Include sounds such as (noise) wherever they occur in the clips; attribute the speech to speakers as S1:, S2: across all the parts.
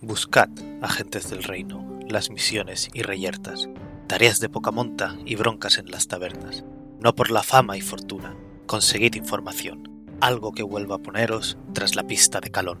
S1: Buscad, agentes del reino, las misiones y reyertas, tareas de poca monta y broncas en las tabernas. No por la fama y fortuna, conseguid información, algo que vuelva a poneros tras la pista de Calón.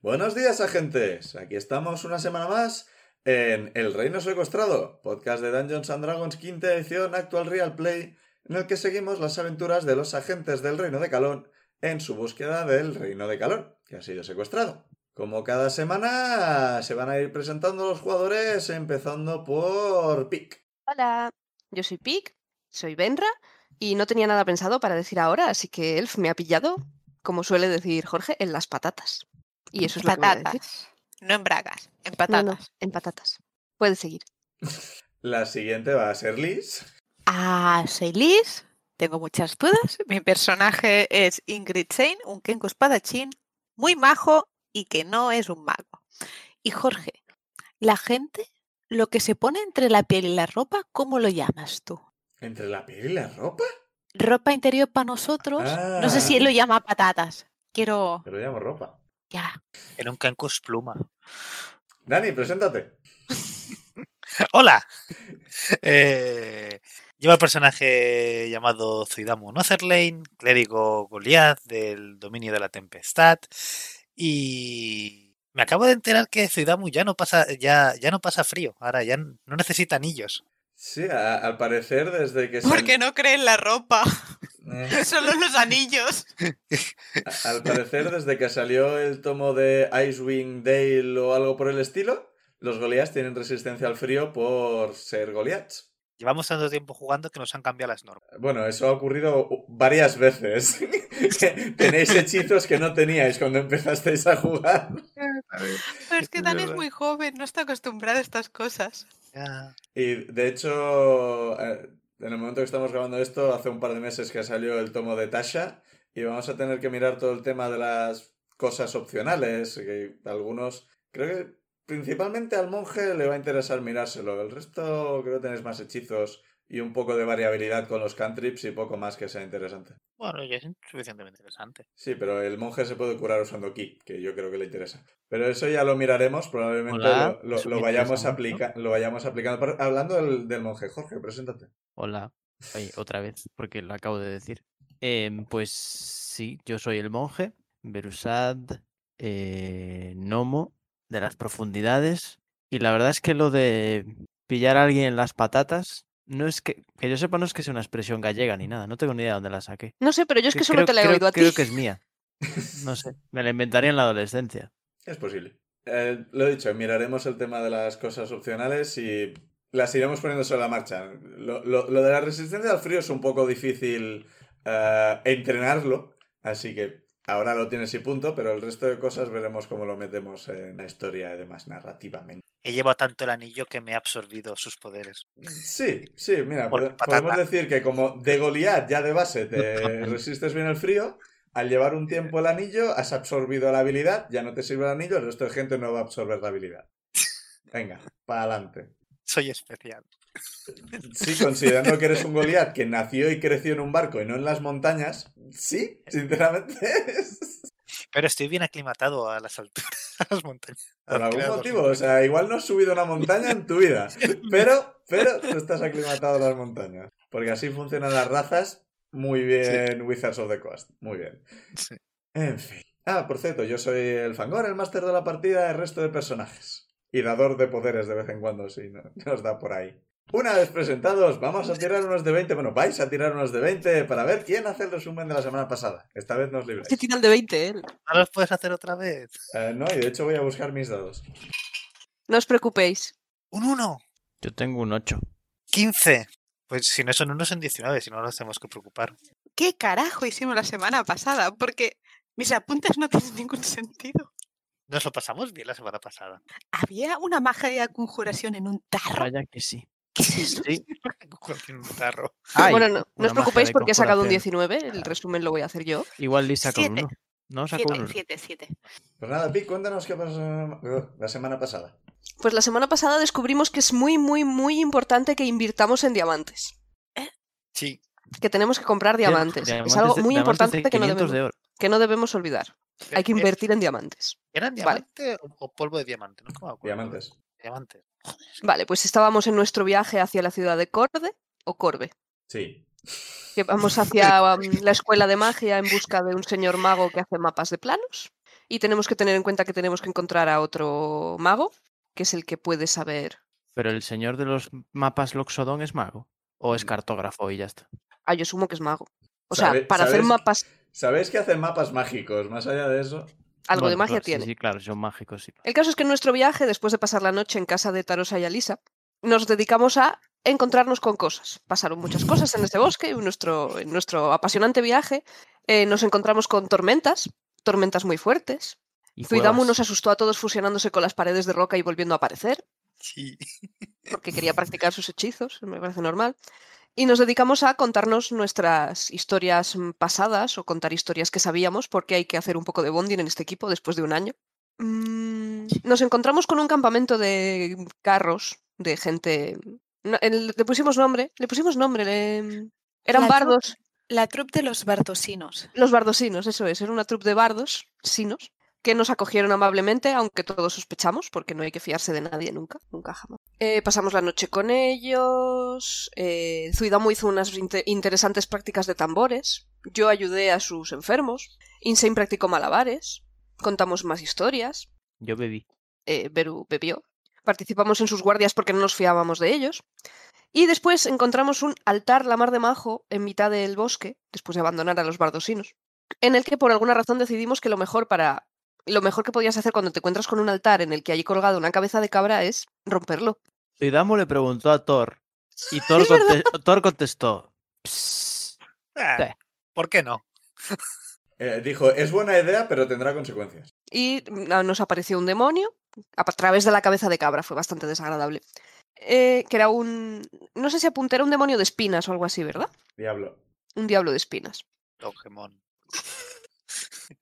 S2: Buenos días, agentes. Aquí estamos una semana más en El Reino Secuestrado, podcast de Dungeons and Dragons, quinta edición, actual Real Play, en el que seguimos las aventuras de los agentes del Reino de Calón en su búsqueda del Reino de Calón, que ha sido secuestrado. Como cada semana, se van a ir presentando los jugadores, empezando por Pic.
S3: Hola, yo soy Pic, soy Benra y no tenía nada pensado para decir ahora, así que Elf me ha pillado, como suele decir Jorge, en las patatas. Y eso es lo que voy a decir.
S4: patatas. No en bragas, en
S3: No,
S4: patatas.
S3: no, en patatas. Puedes seguir.
S2: La siguiente va a ser Liz.
S4: Ah, soy Liz. Tengo muchas dudas. Mi personaje es Ingrid Shane, un Kenko espadachín muy majo y que no es un mago. Y Jorge, la gente, lo que se pone entre la piel y la ropa, ¿cómo lo llamas tú?
S2: ¿Entre la piel y la ropa?
S4: Ropa interior para nosotros. No sé si
S2: Ah.
S4: él lo llama patatas. Quiero.
S2: Pero llamo ropa.
S4: Ya.
S1: En un cancus pluma.
S2: Dani, preséntate.
S1: ¡Hola! Eh, lleva el personaje llamado Zuidamu Notherlane, clérigo Goliath del dominio de la tempestad. Y me acabo de enterar que Zuidamu ya no pasa, ya, ya no pasa frío, ahora ya n- no necesita anillos.
S2: Sí, a- al parecer desde que se-
S4: Porque no creen
S1: (laughs)
S4: la ropa,
S2: Eh.
S4: solo los anillos.
S2: A- Al parecer, desde que salió el tomo de Icewing Dale o algo por el estilo, los Goliaths tienen resistencia al frío por ser Goliaths.
S1: Llevamos tanto tiempo jugando que nos han cambiado las normas.
S2: Bueno, eso ha ocurrido u- varias veces. (laughs) Tenéis hechizos que no teníais cuando empezasteis a jugar.
S4: Pero es que
S1: Es
S4: Dani es
S1: verdad.
S4: muy joven, no está acostumbrado a estas cosas.
S1: Ya.
S2: Y de hecho, eh, en el momento que estamos grabando esto, hace un par de meses que salió el tomo de Tasha, y vamos a tener que mirar todo el tema de las cosas opcionales. Que algunos, creo que principalmente al monje le va a interesar mirárselo. El resto, creo que tenéis más hechizos y un poco de variabilidad con los cantrips y poco más que sea interesante.
S1: Bueno, ya es suficientemente interesante.
S2: Sí, pero el monje se puede curar usando ki, que yo creo que le interesa. Pero eso ya lo miraremos, probablemente
S5: Hola,
S2: lo, lo-
S5: eso
S2: lo
S5: me
S2: vayamos
S5: interesa
S2: aplica lo vayamos aplicando. Por- Hablando del, del monje, Jorge, preséntate.
S5: Hola, Oye, otra vez, porque lo acabo de decir. Em, pues sí, yo soy el monje, Berusad, eh, Nomo, de las profundidades. Y la verdad es que lo de pillar a alguien en las patatas, no es que, que yo sepa, no es que sea una expresión gallega ni nada, no tengo ni idea de dónde la saqué.
S3: No sé, pero yo es que solo
S5: creo,
S3: te la he
S5: creo-
S3: oído a ti.
S5: creo que es mía. No sé, me la inventaría en la adolescencia.
S2: Es posible. Eh, lo dicho, miraremos el tema de las cosas opcionales y las iremos poniendo sobre la marcha. Lo, lo- lo de la resistencia al frío es un poco difícil eh, entrenarlo, así que ahora lo tienes y punto, pero el resto de cosas veremos cómo lo metemos en la historia y demás narrativamente.
S1: He llevado tanto el anillo que me ha absorbido sus poderes.
S2: Sí, sí, mira,
S1: Por
S2: pode-
S1: patata.
S2: podemos decir que como de Goliat ya de base
S1: (laughs)
S2: te resistes bien al frío, al llevar un tiempo el anillo has absorbido la habilidad, ya no te sirve el anillo, el resto de gente no va a absorber la habilidad. Venga, para adelante.
S1: Soy especial.
S2: Sí, considerando que eres un Goliat que nació y creció en un barco y no en las montañas,
S1: (laughs)
S2: sí, sinceramente.
S1: Pero estoy bien aclimatado a las alturas, (laughs) a las montañas.
S2: Por algún
S1: Creador.
S2: motivo, o sea, igual no has subido una montaña en tu vida, pero, pero tú estás aclimatado a las montañas. Porque así funcionan las razas. Muy bien, Wizards of the Coast. Muy bien.
S1: Sí.
S2: En fin. Ah, por cierto, yo soy el Fangor, el máster de la partida, el resto de personajes. Y dador de poderes de vez en cuando, si no- (laughs) nos da por ahí. Una vez presentados, vamos a tirar unos de 20. Bueno, vais a tirar unos de 20 para ver quién hace el resumen de la semana pasada. Esta vez nos
S4: Este
S2: libráis.
S4: (laughs)
S3: Que tiene el de 20,
S4: ¿eh?
S3: él.
S1: ¿No los puedes hacer otra vez?
S2: Eh, no, y de hecho voy a buscar mis dados.
S3: No os preocupéis.
S1: Un 1.
S5: Yo tengo un 8.
S1: 15. Pues si no son unos son 19, si no nos tenemos que preocupar.
S4: ¿Qué carajo hicimos la semana pasada? Porque mis apuntes no (laughs) tienen ningún sentido.
S1: Nos lo pasamos bien la semana pasada. (laughs)
S4: Había una magia de conjuración en un tarro.
S5: Vaya que sí.
S3: ¿Qué es eso?
S5: Sí.
S1: Cualquier tarro.
S5: Ay,
S3: bueno, no, no
S5: una
S3: os preocupéis
S5: magia de
S3: porque he sacado un
S5: conjuración.
S3: 19, el resumen lo voy a hacer yo.
S5: Igual Liz sacó un
S4: Siete.
S5: uno. No, sacó un
S4: Siete,
S5: uno.
S4: siete, siete.
S2: Pues nada, Pic, cuéntanos qué pasó la semana pasada.
S3: Pues la semana pasada descubrimos que es muy, muy, muy importante que invirtamos en diamantes.
S1: Sí.
S3: Que tenemos que comprar diamantes. es algo
S5: de-
S3: muy
S5: diamantes de
S3: importante que, no
S5: 500
S3: debemos,
S5: de oro.
S3: que no debemos olvidar. Hay que
S1: Eh,
S3: invertir en diamantes.
S1: ¿Eran
S3: Vale.
S1: diamante o- o polvo de diamante? No me acuerdo.
S2: Diamantes.
S1: Diamantes.
S3: Vale, pues estábamos en nuestro viaje hacia la ciudad de Corbe o Corbe.
S2: Sí.
S3: que
S5: (laughs)
S3: vamos hacia um, la escuela de magia en busca de un señor mago que hace mapas de planos. Y tenemos que tener en cuenta que tenemos que encontrar a otro mago, que es el que puede saber.
S5: Pero el señor de los mapas Loxodón es mago. O
S3: Mm.
S5: es cartógrafo y ya está.
S3: Ah, yo sumo que es mago. O sea,
S2: ¿Sabe-
S3: para hacer
S2: sabes?
S3: mapas,
S2: ¿Sabéis que hacen mapas mágicos? Más allá de eso.
S3: algo de
S5: Bueno,
S3: magia
S5: claro, sí,
S3: tiene.
S5: Sí, claro, son mágicos. Sí.
S3: El caso es que en nuestro viaje, después de pasar la noche en casa de Tarosa y Alisa, nos dedicamos a encontrarnos con cosas. Pasaron muchas cosas en este bosque, en nuestro, en nuestro apasionante viaje. eh, nos encontramos con tormentas, tormentas muy fuertes,
S5: Y
S3: Zuidamu
S5: cuevas.
S3: nos asustó a todos fusionándose con las paredes de roca y volviendo a aparecer,
S1: Sí.
S3: porque quería practicar sus hechizos, me parece normal. Y nos dedicamos a contarnos nuestras historias mm, pasadas o contar historias que sabíamos, porque hay que hacer un poco de bonding en este equipo después de un año. Mm, Nos encontramos con un campamento de carros, de gente... no, el- Le pusimos nombre, le pusimos nombre, le- mm, eran
S4: La
S3: bardos.
S4: La troupe de los bardosinos.
S3: Los bardosinos, eso es, era una troupe de bardos, sinos, que nos acogieron amablemente, aunque todos sospechamos, porque no hay que fiarse de nadie nunca, nunca jamás. Eh, pasamos la noche con ellos, eh, Zuidamu hizo unas inte- interesantes prácticas de tambores, yo ayudé a sus enfermos, Insane practicó malabares, contamos más historias,
S5: Yo bebí.
S3: eh, Beru bebió, participamos en sus guardias porque no nos fiábamos de ellos, y después encontramos un altar la mar de majo en mitad del bosque, después de abandonar a los bardosinos, en el que por alguna razón decidimos que lo mejor para lo mejor que podías hacer cuando te encuentras con un altar en el que hay colgada una cabeza de cabra es romperlo.
S5: Zuidamu le preguntó a Thor.
S3: (laughs)
S5: Y Thor,
S3: Es verdad.
S5: conte- Thor contestó. "Psst".
S1: Ah,
S5: Sí.
S1: ¿Por qué no?
S2: Eh, dijo, es buena idea, pero tendrá consecuencias.
S3: Y na- nos apareció un demonio a pa- través de la cabeza de cabra, fue bastante desagradable. Eh, que era un. No sé si apunté, era un demonio de espinas o algo así, ¿verdad?
S2: Diablo.
S3: Un diablo de espinas.
S1: Dogemon.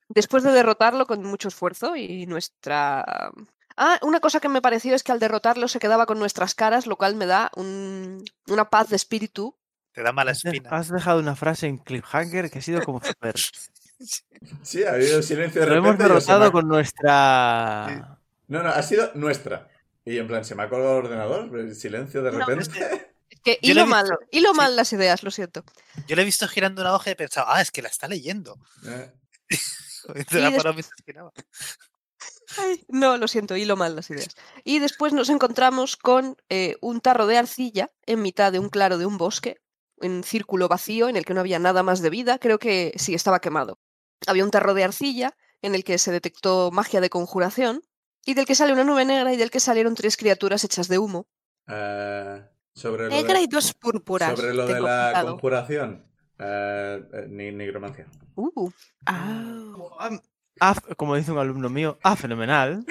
S3: después de derrotarlo con mucho esfuerzo y nuestra... Ah, una cosa que me pareció es que al derrotarlo se quedaba con nuestras caras, lo cual me da un- una paz de espíritu.
S1: Te da
S3: (laughs)
S1: mala
S5: Has de-
S1: espina.
S5: Has dejado una frase en Cliffhanger que ha sido como super.
S2: Sí, ha habido silencio de
S5: Lo hemos
S2: repente. y yo, se me
S5: derrotado
S2: ha-
S5: con nuestra.
S2: No, no, ha sido nuestra. Y en plan, se me ha colgado el ordenador, pero el silencio de
S3: No,
S2: repente.
S3: Es que
S1: Yo lo he
S3: hilo
S1: visto,
S3: mal, hilo
S1: sí.
S3: mal las ideas, lo siento.
S1: Yo le he visto girando una hoja y he pensado, ah, es que la está leyendo. (laughs)
S2: Eh,
S1: Te la
S3: des-
S1: paraba mientras giraba.
S3: Ay, no, lo siento, hilo mal las ideas. Y después nos encontramos con eh, un tarro de arcilla en mitad de un claro de un bosque, en un círculo vacío en el que no había nada más de vida. Creo que sí, estaba quemado. Había un tarro de arcilla en el que se detectó magia de conjuración, y del que sale una nube negra y del que salieron tres criaturas hechas de humo.
S2: eh, sobre lo de-
S4: Negra y dos púrpuras.
S2: sobre lo de
S4: tengo
S2: la
S4: apuntado.
S2: conjuración. Eh, eh, ni nigromancia.
S3: Uh,
S4: Ah,
S5: Ah, ah, f- como dice un alumno mío, ah, fenomenal.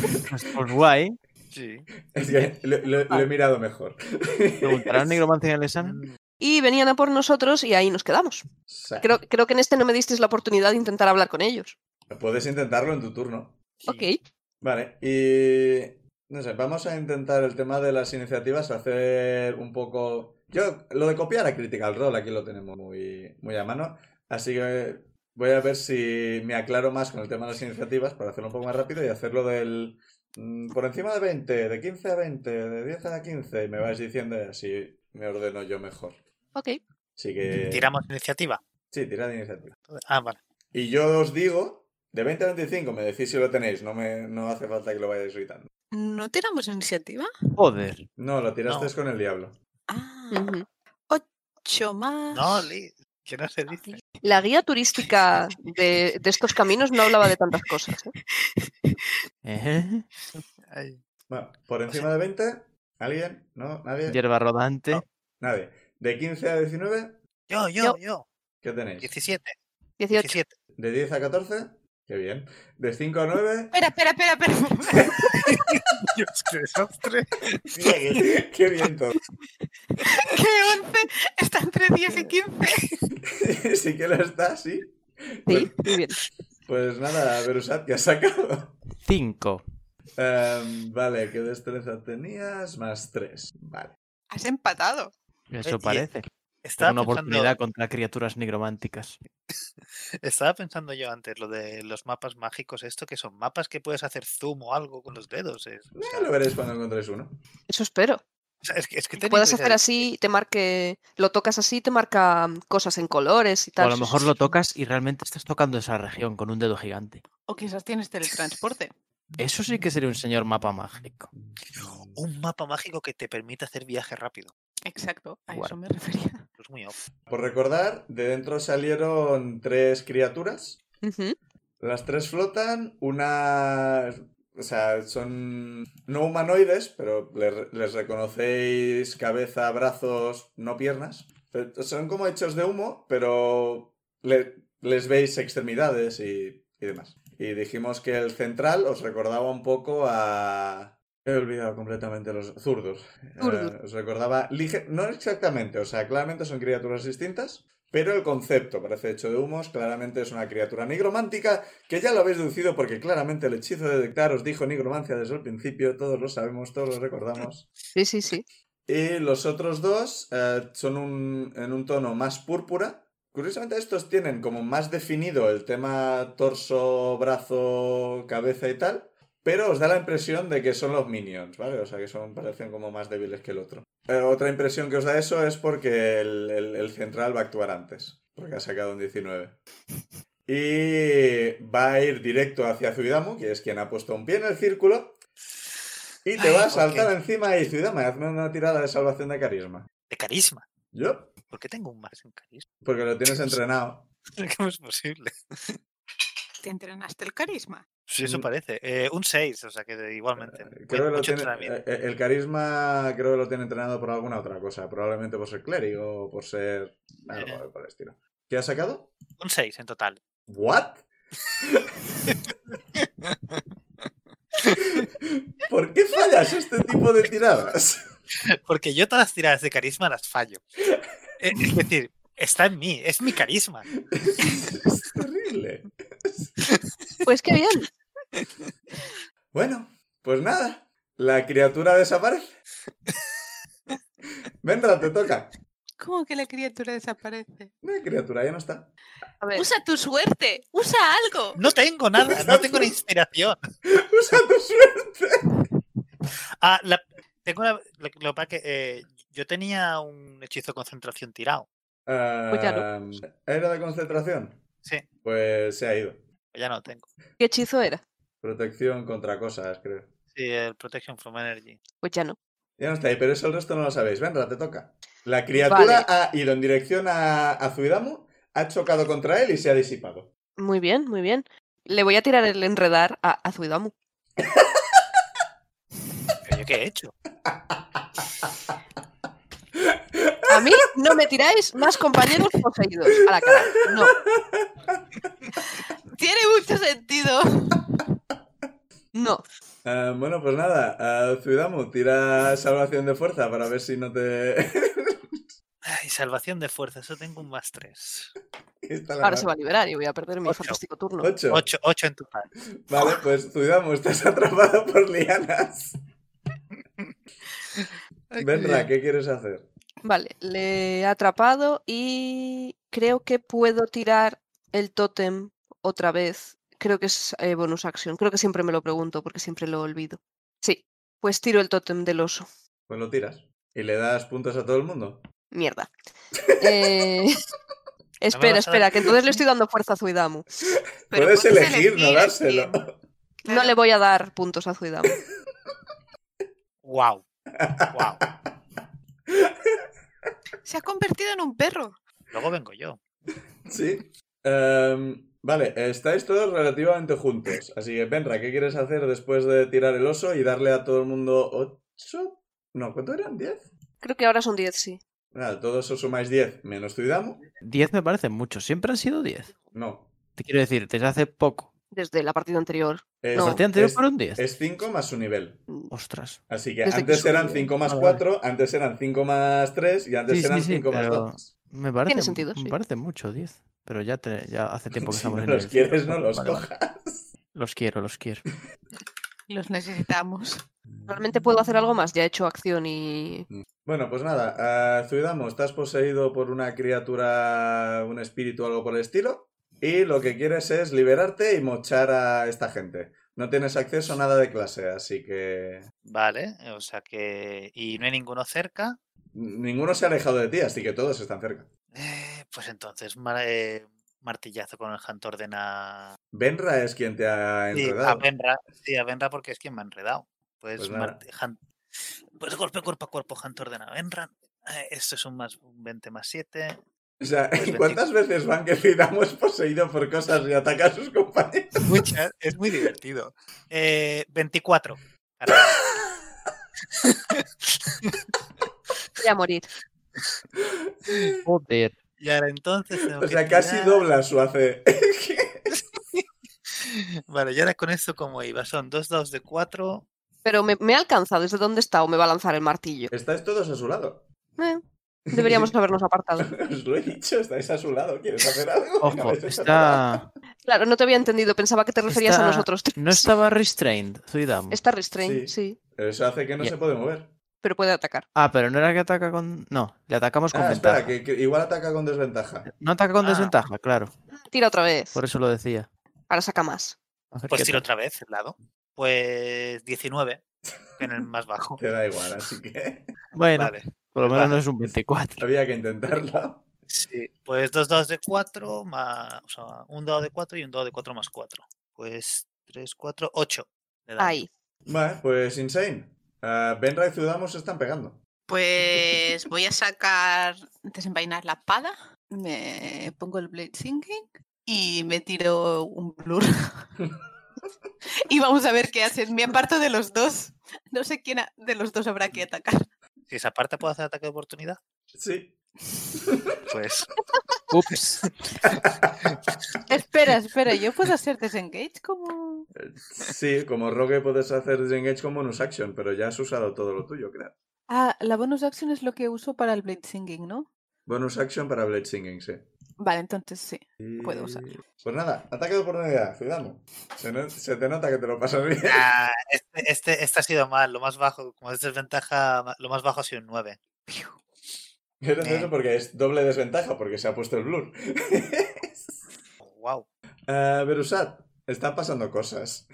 S5: Pues, pues guay.
S1: Sí.
S2: (laughs) Es que lo, lo- lo he mirado mejor.
S3: (laughs)
S5: ¿Preguntarán Negromancia en el examen?
S3: y venían a por nosotros y ahí nos quedamos.
S2: Sa-
S3: Creo, creo que en este no me disteis la oportunidad de intentar hablar con ellos.
S2: Puedes intentarlo en tu turno.
S3: Ok.
S2: Vale, y no sé, vamos a intentar el tema de las iniciativas, hacer un poco... Yo, lo de copiar a Critical Role aquí lo tenemos muy, muy a mano, así que voy a ver si me aclaro más con el tema de las iniciativas para hacerlo un poco más rápido y hacerlo del... mm, Por encima de 20, de 15 a 20, de 10 a 15, y me vais diciendo y así me ordeno yo mejor.
S3: Ok.
S2: Así que...
S1: Tiramos iniciativa.
S2: Sí, tira de iniciativa.
S1: Ah, vale.
S2: Y yo os digo, de 20 a 25, me decís si lo tenéis, no, me, no hace falta que lo vayáis gritando.
S4: ¿No tiramos iniciativa?
S3: Mm.
S5: Joder.
S2: No, lo tiraste
S1: No.
S2: con el diablo.
S4: Ah,
S3: Ujú.
S4: ocho más.
S3: (laughs)
S1: No, Liz, que no se dice.
S3: La guía turística de, de estos caminos no hablaba de tantas cosas. ¿eh?
S5: Ejé.
S1: Ay.
S2: Bueno, por encima de 20, ¿alguien? ¿No? ¿Nadie?
S5: Hierba rodante.
S2: No. Nadie. De 15 a 19,
S1: Yo, yo, yo.
S2: ¿qué tenéis?
S1: 17.
S3: 18.
S1: 17.
S2: De 10 a 14, qué bien. De 5 a 9,
S4: (laughs) Espera, (laughs) espera, espera, espera.
S1: Dios, qué desastre.
S2: Mira, qué, (laughs) qué bien todo.
S4: ¡Qué 11! Está entre 10 y 15.
S2: sí que lo está, sí.
S3: Sí, muy bien.
S2: Pues nada, Verusat, que has sacado.
S5: 5.
S2: Em, vale, ¿qué destreza tenías? Más 3. Vale.
S4: Has empatado.
S5: Eso
S1: Eh, y-
S5: parece.
S1: Estaba
S5: Tengo una
S1: pensando-
S5: oportunidad contra criaturas nigrománticas.
S1: Estaba pensando yo antes lo de los mapas mágicos, esto que son mapas que puedes hacer zoom o algo con los dedos. es- o sea,
S2: Ya lo veréis cuando encontréis uno.
S3: Eso
S5: (laughs)
S3: espero.
S1: o sea, es que, es que
S3: Que
S1: técnico
S3: puedas
S1: es
S3: hacer
S1: el-
S3: así, te marque, lo tocas así, te marca mm, cosas en colores y
S5: O
S3: tal.
S5: a lo
S3: Sí, sí,
S5: mejor
S3: sí,
S5: lo
S3: sí.
S5: tocas y realmente estás tocando esa región con un dedo gigante.
S4: O quizás tienes teletransporte.
S5: Eso sí que sería un señor mapa mágico.
S1: Un mapa mágico que te permite hacer viaje rápido.
S4: Exacto, a
S5: Guau.
S4: eso me refería.
S1: Eso Es muy off.
S2: Por recordar, de dentro salieron tres criaturas.
S3: Ujú.
S2: Las tres flotan, una... O sea, son no humanoides, pero le- les reconocéis cabeza, brazos, no piernas. Pero Son como hechos de humo, pero le- les veis extremidades y, y demás. Y dijimos que el central os recordaba un poco a... He olvidado completamente los zurdos.
S3: Zurdos.
S2: Eh, os recordaba... lige- No exactamente, o sea, claramente son criaturas distintas, pero el concepto parece hecho de humos, claramente es una criatura nigromántica que ya lo habéis deducido porque claramente el hechizo de detectar os dijo nigromancia desde el principio, todos lo sabemos, todos lo recordamos.
S3: Sí, sí, sí.
S2: Y los otros dos eh, son un- en un tono más púrpura. Curiosamente estos tienen como más definido el tema torso, brazo, cabeza y tal, pero os da la impresión de que son los minions, ¿vale? O sea que son, parecen como más débiles que el otro. Eh, otra impresión que os da eso es porque el, el- el central va a actuar antes, porque ha sacado un 19. Y va a ir directo hacia Zuidamu, que es quien ha puesto un pie en el círculo. Y te
S1: Ay,
S2: va a
S1: ¿por
S2: saltar
S1: qué?
S2: encima y Zuidama, hazme una tirada de salvación de carisma.
S1: De carisma.
S2: Yo,
S1: ¿Por qué tengo un más en carisma? (laughs)
S2: porque lo tienes entrenado.
S1: ¿Cómo es posible?
S4: ¿Te entrenaste el carisma?
S1: Sí, eso
S2: Mm. Ah,
S1: parece. Eh, un 6, o sea que igualmente.
S2: Creo que
S1: Cuida-
S2: lo
S1: mucho
S2: tiene-
S1: entrenamiento.
S2: eh, eh, el carisma creo que lo tiene entrenado por alguna otra cosa, probablemente por ser clérigo o por ser
S1: Eh.
S2: algo por el estilo. ¿Qué has sacado?
S1: Un 6 en total. (laughs)
S2: ¿What? ¿Por qué fallas este tipo de tiradas? (laughs)
S1: Porque yo todas las tiradas de carisma las fallo. Eh, Es decir, está en mí, es mi carisma.
S2: es terrible.
S3: Pues qué bien.
S2: Bueno, pues nada. La criatura
S1: (laughs)
S2: desaparece. Vendra, te toca.
S4: ¿Cómo que la criatura desaparece?
S2: La criatura ya no está. (laughs)
S3: A ver,
S5: Pues
S4: ¡Usa tu suerte! ¡Usa algo!
S1: No tengo nada, no tengo la inspiración.
S2: Usa tu suerte.
S1: Ah, la- tengo una- lo, lo que pasa que eh, yo tenía un hechizo de concentración tirado.
S3: Pues ya
S2: Ehm, ¿Era de concentración?
S1: Sí,
S2: Pues se ha ido.
S1: ya no lo tengo.
S3: ¿qué hechizo era?
S2: Protección contra cosas, creo.
S1: Sí, el Protection from Energy.
S3: Pues ya no.
S2: Ya no está ahí, pero eso el resto no lo sabéis. Venra, te toca. La criatura
S3: Vale.
S2: ha ido en dirección a, a Zuidamu, ha chocado contra él y se ha disipado.
S3: Muy bien, muy bien. Le voy a tirar el enredar a Azuidamu.
S1: ¿Pero yo qué he hecho?
S3: A mí no me tiráis más compañeros poseídos. A la cara.
S5: (laughs)
S3: No.
S4: Tiene mucho sentido.
S3: No.
S2: Ah, bueno, pues nada, ah, Zuidamu, tira salvación de fuerza para ver si no te... (laughs)
S1: Ay, salvación de fuerza, eso tengo un más 3.
S2: está la
S3: Ahora se va a liberar y voy a perder mi
S1: Ocho.
S3: fantástico turno.
S2: Ocho.
S1: 8, 8 en total.
S2: Vale, pues Zuidamu, estás (laughs) atrapado por lianas. Venra, ¿qué quieres hacer?
S3: Vale, le he atrapado y creo que puedo tirar el tótem otra vez. Creo que es eh, bonus action. Creo que siempre me lo pregunto porque siempre lo olvido. Sí, pues tiro el tótem del oso.
S2: Pues lo tiras. ¿Y le das puntos a todo el mundo? (laughs)
S3: Mierda. Eh, Espera,
S1: vas a dar-
S3: espera, que entonces le estoy dando fuerza a Zuidamu.
S4: Pero
S2: puedes,
S4: puedes
S2: elegir, no
S4: elegir a
S2: dárselo.
S3: No le voy a dar puntos a Zuidamu.
S2: (laughs)
S1: Wow. Wow.
S4: Se ha convertido en un perro.
S1: Luego vengo yo.
S2: Sí. Em, vale, estáis todos relativamente juntos. Así que, Benra, ¿qué quieres hacer después de tirar el oso y darle a todo el mundo 8? No, ¿cuánto eran? ¿10?
S3: Creo que ahora son 10, sí.
S2: Nada, todos os sumáis 10, menos Tuidamu.
S5: 10 me parecen mucho. Siempre han sido 10.
S2: No.
S5: Te quiero decir, desde hace poco.
S3: desde la partida anterior.
S2: Es,
S3: No.
S5: La partida anterior
S2: es-
S5: fueron 10.
S2: es 5 más su nivel.
S5: Ostras.
S2: Así que
S3: Desde que
S2: antes
S3: subió.
S2: eran 5 más
S5: Ah, Vale, vale.
S2: 4, antes eran 5 más 3 y antes
S5: Sí, sí,
S2: eran
S5: sí,
S2: 5 más
S5: pero-
S2: 2.
S5: Me parece,
S3: sentido,
S5: me
S3: sí.
S5: parece mucho 10. Pero ya, te- ya hace tiempo
S2: (laughs)
S5: que
S2: Si no
S5: estamos en
S2: los
S5: el-
S2: quieres, no los
S5: Vale, vale.
S2: cojas.
S5: Los quiero, los
S2: (laughs)
S5: quiero.
S4: Los necesitamos.
S3: Realmente puedo hacer algo más, ya he hecho acción y...
S2: Bueno, pues nada, eh, Zuidamo, estás poseído por una criatura, un espíritu o algo por el estilo, y lo que quieres es liberarte y mochar a esta gente. No tienes acceso a nada de clase, así que
S1: Vale, o sea que. Y no hay ninguno cerca.
S2: ninguno se ha alejado de ti, así que todos están cerca.
S1: Eh, pues entonces, mar- eh, martillazo con el Hunt ordena.
S2: Benra es quien te ha
S1: Sí, a
S2: enredado.
S1: Benra, sí, a Benra porque es quien me ha enredado. Pues,
S2: Pues nada.
S1: marti- Hunt- pues golpe cuerpo a cuerpo, Hunt ordena a Benra. Eh, esto es un más un 20 más 7.
S2: O sea, (laughs)
S1: Pues
S2: ¿cuántas veces van que Zuidamo es poseído por cosas y ataca a sus compañeros?
S1: Muchas, es muy divertido. Eh, 24. para-
S3: Voy a morir.
S5: Joder.
S1: Y ahora entonces. tengo
S2: (laughs) O
S1: que
S2: sea, casi
S1: tirar-
S2: dobla su AC.
S1: Vale, y ahora con esto, como iba, son dos dados de 4.
S3: Pero me, me ha alcanzado, ¿desde dónde está? ¿O me va a lanzar el martillo?
S2: (laughs) Estáis todos a su lado. (laughs)
S3: Eh,
S5: (laughs)
S3: deberíamos habernos apartado.
S2: Os lo he dicho, estáis a su lado. ¿Quieres hacer algo? (laughs) No
S5: Ojo,
S2: habéis hecho nada.
S5: está.
S3: Claro, no te había entendido, pensaba que te referías
S5: Está-
S3: a nosotros tres.
S5: No estaba restrained, Zuidamo.
S3: Está restrained,
S2: Sí.
S3: sí.
S2: Eso hace que no
S5: Ya.
S2: se puede mover.
S3: pero puede atacar.
S5: Ah, pero no era que ataca con. No, le atacamos con
S2: Ah,
S5: ventaja.
S2: espera, que, que igual ataca con desventaja.
S5: No ataca con
S1: Ah.
S5: desventaja, claro.
S3: Tira otra vez,
S5: Por eso lo decía.
S3: ahora saca más.
S5: A ver
S1: Pues
S5: qué
S1: tiro
S5: tal.
S1: otra vez, el lado. Pues 19, en el más bajo.
S2: (laughs) Te da igual, así que (laughs)
S5: Bueno,
S1: Vale.
S5: por lo menos
S1: vale.
S5: no es un 24.
S2: había que intentarlo.
S1: Sí, pues dos dados de 4 más. O sea, un dado de 4 y un dado de 4 más 4. Pues 3, 4, 8.
S3: Ahí.
S2: Vale, pues insane. Ah, Benra y Zudamo se están pegando.
S4: Pues voy a sacar, desenvainar la espada, me pongo el Blade Sinking y me tiro un
S2: (laughs)
S4: blur. y vamos a ver qué hacen. Me aparto de los dos. No sé quién ha- de los dos habrá que atacar.
S1: Si esa parte puedo hacer ataque de oportunidad,
S2: Sí.
S5: (laughs)
S1: pues.
S5: Ups.
S4: Espera, espera, ¿yo puedo hacer disengage como...?
S2: Sí, como Rogue puedes hacer disengage con bonus action, pero ya has usado todo lo tuyo, creo.
S4: Ah, la bonus action es lo que uso para el Blade Singing, ¿no?
S2: Bonus action para Blade Singing, sí.
S4: Vale, entonces sí.
S2: Y-
S4: Puedo usar.
S2: Pues nada, ataque de oportunidad, Zudamo. Se, no- se te nota que te lo pasas bien. (laughs)
S1: Ah, este, este, este ha sido mal, lo más bajo. Como es desventaja, ma- lo más bajo ha sido un 9.
S2: Pero
S4: Eh.
S1: Bien.
S2: eso porque es doble desventaja, porque se ha puesto el blur.
S1: ¡Wow!
S2: Ah, Berusat, están pasando cosas.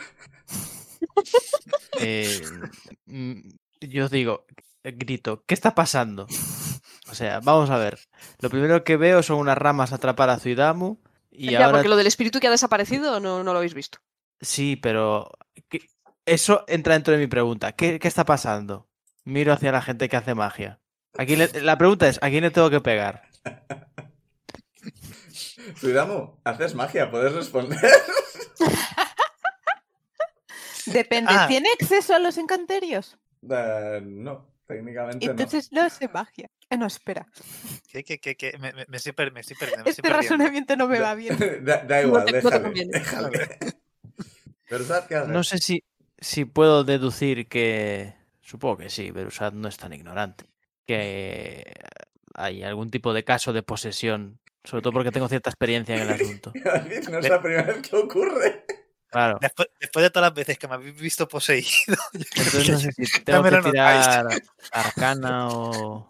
S5: (laughs) Eh, mm, yo digo, grito, ¿qué está pasando? O sea, vamos a ver. Lo primero que veo son unas ramas atrapar a Zuidamu. Y
S3: ya,
S5: ahora
S3: porque lo del espíritu que ha desaparecido no, no lo habéis visto.
S5: Sí, pero ¿qué- eso entra dentro de mi pregunta. ¿Qué, qué está pasando? Miro hacia la gente que hace magia. ¿A quién le- La pregunta es, ¿a quién le tengo que pegar?
S2: Zuidamo, haces magia, puedes responder.
S4: Depende,
S1: Ah.
S4: ¿tiene acceso a los encanterios?
S2: Eh, no, técnicamente
S4: Entonces no hace magia. Ah, no, espera.
S1: ¿Qué, qué, qué, qué? Me, me- me estoy per- me estoy perdiendo.
S5: (laughs)
S1: me
S4: Este
S1: estoy perdiendo.
S4: razonamiento no me va bien.
S2: (laughs) no. (laughs) Da, da igual,
S3: te- no te
S2: déjale.
S3: conviene.
S2: déjale. Berusat, ¿qué haces? (laughs)
S5: No sé si, si puedo deducir que... Supongo que sí, Berusat no es tan ignorante. Que hay algún tipo de caso de posesión. Sobre todo porque tengo cierta experiencia en el asunto.
S2: David, no es la primera vez que ocurre.
S5: Claro.
S1: Después, después de todas las veces que me habéis visto poseído, yo creo
S5: Entonces
S1: que
S5: no sé
S1: (laughs)
S5: si tengo
S1: me
S5: que
S1: lo notáis.
S5: tirar arcana o...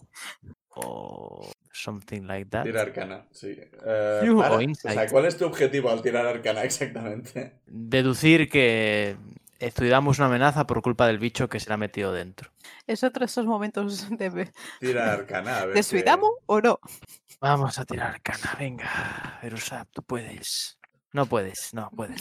S5: o something like
S2: (laughs)
S5: that.
S2: Tirar arcana, sí. Eh,
S5: Yuhu,
S2: para.
S5: o
S2: o
S5: insight.
S2: sea, ¿cuál es tu objetivo al tirar arcana (laughs) exactamente?
S5: deducir que estudiamos una amenaza por culpa del bicho que se la ha metido dentro.
S4: Es otro de esos momentos de,
S2: Tirar arcana, a ver.
S4: de
S2: qué-
S4: Suidamu o no.
S5: Vamos a tirar cana, venga. Verusap, tú puedes. No puedes, no puedes.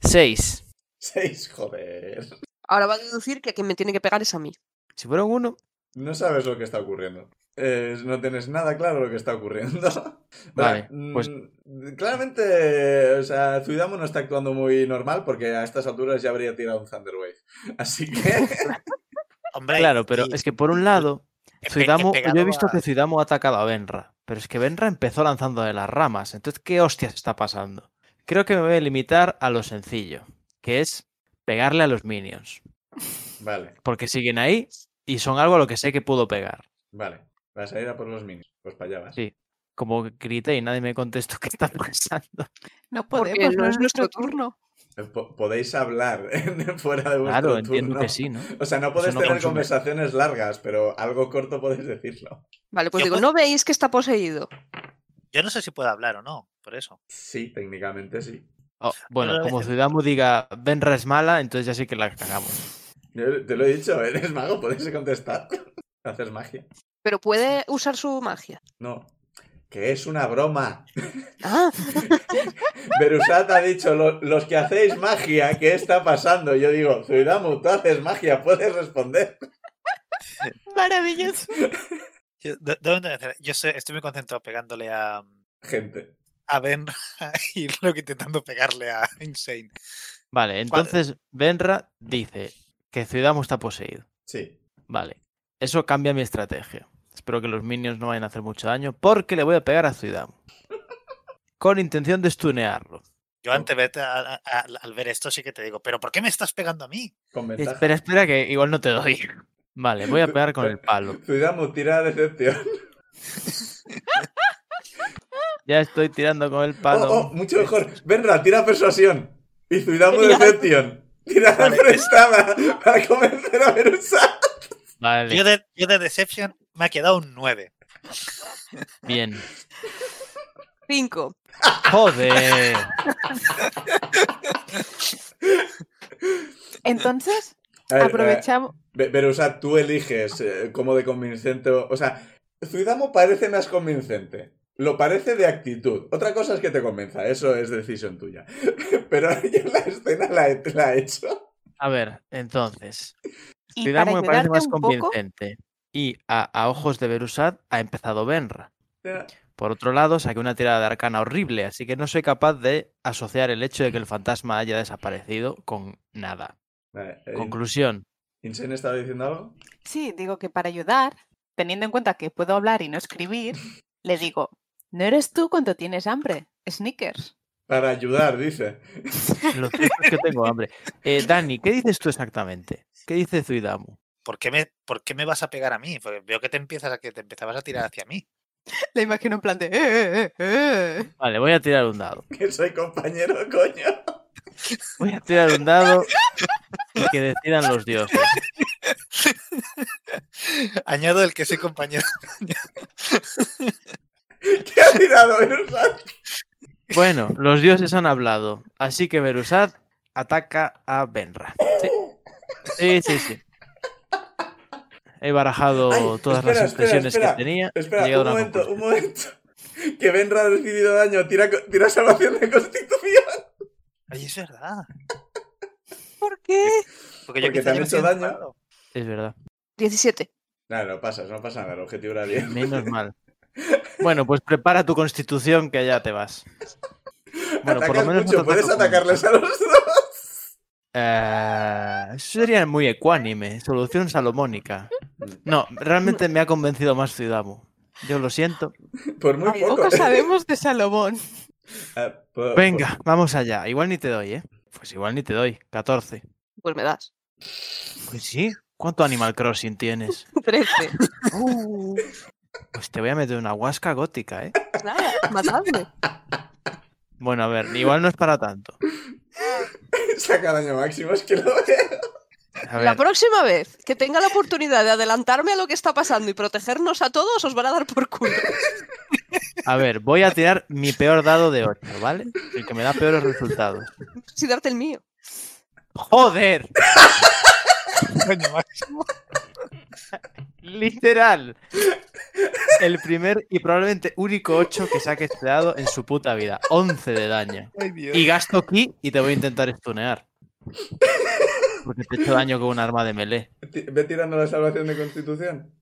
S5: Seis.
S2: Seis, joder.
S3: Ahora va a deducir que a quien me tiene que pegar es a mí.
S5: Si fuera un uno,
S2: No sabes lo que está ocurriendo. Eh, no tienes nada claro lo que está ocurriendo.
S5: (laughs) Vale,
S2: Bueno,
S5: pues-
S2: mm, Claramente, o sea, Zuidamo no está actuando muy normal porque a estas alturas ya habría tirado un Thunderwave. Así
S5: (laughs)
S2: que.
S1: (laughs) Hombre,
S5: claro, pero
S1: y
S5: es que por un lado,
S1: he pe- he
S5: Zuidamo, yo he
S1: pegado
S5: visto
S1: a-
S5: que Zuidamo ha atacado a Benra, pero es que Benra empezó lanzando de las ramas, entonces ¿qué hostias está pasando? Creo que me voy a limitar a lo sencillo, que es pegarle a los minions.
S2: Vale,
S5: Porque siguen ahí y son algo a lo que sé que puedo pegar.
S2: vale. Vas a ir a por los minions. Pues para allá vas.
S5: Sí. Como grité y nadie me contestó (laughs) qué está pasando.
S4: No
S3: Porque
S4: podemos,
S3: no
S4: no
S3: es
S4: es nuestro
S3: nuestro
S4: turno.
S2: Eh, po- podéis hablar (laughs) fuera de vuestro
S5: Claro, entiendo
S2: turno.
S5: que sí, ¿no?
S2: O sea, no podéis
S5: no
S2: tener
S5: consume.
S2: conversaciones largas, pero algo corto podéis decirlo.
S3: Vale, pues
S1: Yo
S3: digo,
S1: puedo-
S3: ¿no veis que está poseído?
S1: Yo no sé si puedo hablar o no, por eso.
S2: Sí, técnicamente sí.
S5: Oh,
S1: Pero-
S5: bueno, como Zuidamu diga Benra es mala, entonces ya sí que la cagamos.
S2: Yo te lo he dicho, (laughs) eres mago, podéis contestar. (laughs) Haces magia.
S3: Pero puede usar su magia.
S2: No. Que es una broma. (laughs)
S3: Ah,
S2: Berusat ha dicho, "Lo- los que hacéis magia, ¿qué está pasando? Yo digo, Zuidamu, tú haces magia, puedes responder.
S4: (laughs) Maravilloso.
S1: Yo, de- debo entender, yo sé- estoy muy concentrado pegándole a,
S2: Gente,
S1: a Ben (laughs) y luego intentando pegarle a Insane.
S5: Vale, entonces Benra dice que Zuidamu está poseído.
S2: sí.
S5: Vale, eso cambia mi estrategia. Espero que los minions no vayan a hacer mucho daño porque le voy a pegar a Zuidamu. Con intención de stunearlo.
S1: Yo
S2: Oh.
S1: ante verte a- a- a- al ver esto sí que te digo, pero ¿por qué me estás pegando a mí?
S2: Con ventaja.
S5: Espera, espera, que igual no te doy. Vale, voy a pegar con el palo.
S2: Zuidamu, tira decepción.
S5: Ya estoy tirando con el palo.
S2: Oh, oh, mucho mejor. Benra, tira persuasión. Y Zuidamu
S4: Genial.
S2: decepción. Tira la
S1: Vale.
S2: prestada para convencer a Berusat.
S5: Vale,
S1: Yo de, yo de Deception me ha quedado un 9.
S5: bien.
S3: cinco.
S5: Joder.
S4: Entonces,
S2: A ver,
S4: aprovechamos.
S2: Be- Berusat, tú eliges eh, cómo de convincente. o- O sea, Zuidamo parece más convincente. Lo parece de actitud. Otra cosa es que te convenza, eso es decisión tuya. (laughs) Pero yo la escena la he, la he hecho.
S5: A ver, entonces.
S4: Y para
S5: Zuidamu me parece
S4: ayudarte
S5: más
S4: un poco,
S5: convincente. Y a, a ojos de Berusat ha empezado Benra.
S2: Pero
S5: Por otro lado, saqué una tirada de arcana horrible, así que no soy capaz de asociar el hecho de que el fantasma haya desaparecido con nada.
S2: Vale, eh,
S5: Conclusión.
S2: ¿Insane estaba diciendo algo?
S4: sí, digo que para ayudar, teniendo en cuenta que puedo hablar y no escribir, le digo, no eres tú cuando tienes hambre, Snickers.
S2: Para ayudar, dice. (laughs)
S4: (laughs)
S5: Lo cierto es que tengo hambre. Eh, Dani, ¿qué dices tú exactamente? ¿Qué dice Zuidamu?
S1: ¿Por qué, me, ¿Por qué me vas a pegar a mí? Porque veo que te empiezas a que te empezabas a tirar hacia mí. (laughs)
S4: Le imagino en plan de, "Eh, eh, eh, eh".
S5: Vale, voy a tirar un dado.
S2: Que soy compañero, coño. (laughs)
S5: Voy a tirar un dado y que decidan los dioses.
S1: Añado el que soy compañero. (laughs)
S2: ¿Qué ha tirado Berusat?
S5: Bueno, los dioses han hablado, así que Berusat ataca a Benra. Sí, sí, sí. sí. He barajado
S2: Ay,
S5: todas
S2: espera, espera,
S5: las expresiones
S2: espera,
S5: que tenía. he
S2: Espera,
S5: llegado
S2: un
S5: a una
S2: momento, un
S5: conclusión.
S2: momento. Que Benra ha recibido daño. Tira, co- tira salvación de constitución.
S1: Oye, es verdad.
S4: ¿Por qué?
S1: Porque yo
S2: Porque te
S1: quizá
S2: han
S1: yo no
S2: hecho
S1: soy
S2: daño.
S1: educado.
S5: Es verdad.
S3: 17.
S2: Nada, no pasas, no pasa nada. El objetivo era 10.
S5: Menos mal. Bueno, pues prepara tu constitución que allá te vas. Bueno, por lo
S2: Atacas
S5: menos no te
S2: mucho, puedes
S5: ataco con-
S2: atacarles a los dos.
S5: Eh, eso sería muy ecuánime, solución salomónica. No, realmente me ha convencido más Ciudadamo. Yo lo siento.
S2: Por muy
S4: Ay,
S2: poco. (laughs)
S4: poco sabemos de Salomón.
S2: Ah, por-
S5: Venga, vamos allá. Igual ni te doy, ¿eh? Pues igual ni te doy. 14.
S3: Pues me das. (laughs)
S5: Pues sí. ¿Cuánto Animal Crossing tienes?
S3: 13.
S5: (laughs) Pues te voy a meter una huasca gótica, ¿eh?
S3: Nada, matadme.
S5: Bueno, a ver, igual no es para tanto.
S2: por- (laughs) Saca daño máximo, es que lo veo.
S5: A
S3: La
S5: ver,
S3: próxima vez que tenga la oportunidad de adelantarme a lo que está pasando y protegernos a todos, os van a dar por culo. (laughs)
S5: a ver, voy a tirar mi peor dado de 8, ¿vale? El que me da peores resultados.
S3: Si darte el mío.
S5: ¡Joder!
S1: (laughs) Coño, Max.
S5: Literal. El primer y probablemente único 8 que saque este dado en su puta vida. 11 de daño.
S1: Ay, Dios.
S5: Y gasto aquí y te voy a intentar stunear. Porque te he hecho daño con un arma de melee.
S2: Ti- Ve tirando la salvación de constitución.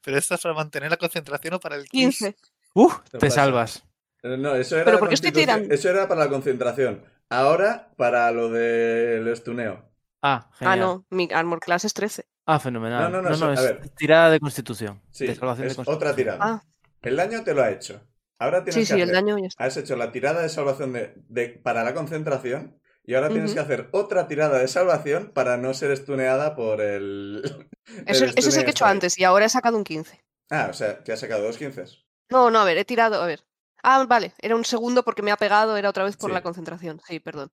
S1: Pero esto es para mantener la concentración o para el quiz?
S3: 15.
S5: ¡Uf!
S2: No
S5: Te
S2: pasa.
S5: salvas.
S2: Eh, No, eso era,
S3: Pero
S2: la
S3: ¿por qué estoy
S2: constitución-
S3: tirando?
S2: eso era para la concentración. Ahora para lo del estuneo.
S5: Ah,
S3: Ah,
S5: genial.
S3: no. Mi armor class es 13.
S5: Ah, fenomenal.
S2: No, no,
S5: No,
S2: no,
S5: no,
S2: so- a
S5: es
S2: ver.
S5: tirada de constitución.
S2: Sí,
S5: de salvación de
S2: es otra
S5: constitución.
S2: tirada.
S3: Ah.
S2: El daño te lo ha hecho. Ahora tienes
S3: Sí,
S2: que
S3: sí, el
S2: hacer-
S3: daño ya está.
S2: Has hecho la tirada de salvación de, de- para la concentración y ahora tienes
S3: Ujú.
S2: que hacer otra tirada de salvación para no ser estuneada por el...
S3: Eso,
S2: el
S3: eso (laughs) es el
S2: stunning
S3: que he hecho
S2: spray.
S3: antes y ahora he sacado un 15.
S2: Ah, o sea, que has sacado dos quinces.
S3: No, no, a ver, he tirado, a ver. Ah, vale, era un segundo porque me ha pegado, era otra vez por
S2: Sí.
S3: la concentración.
S2: (laughs)
S3: Sí, perdón.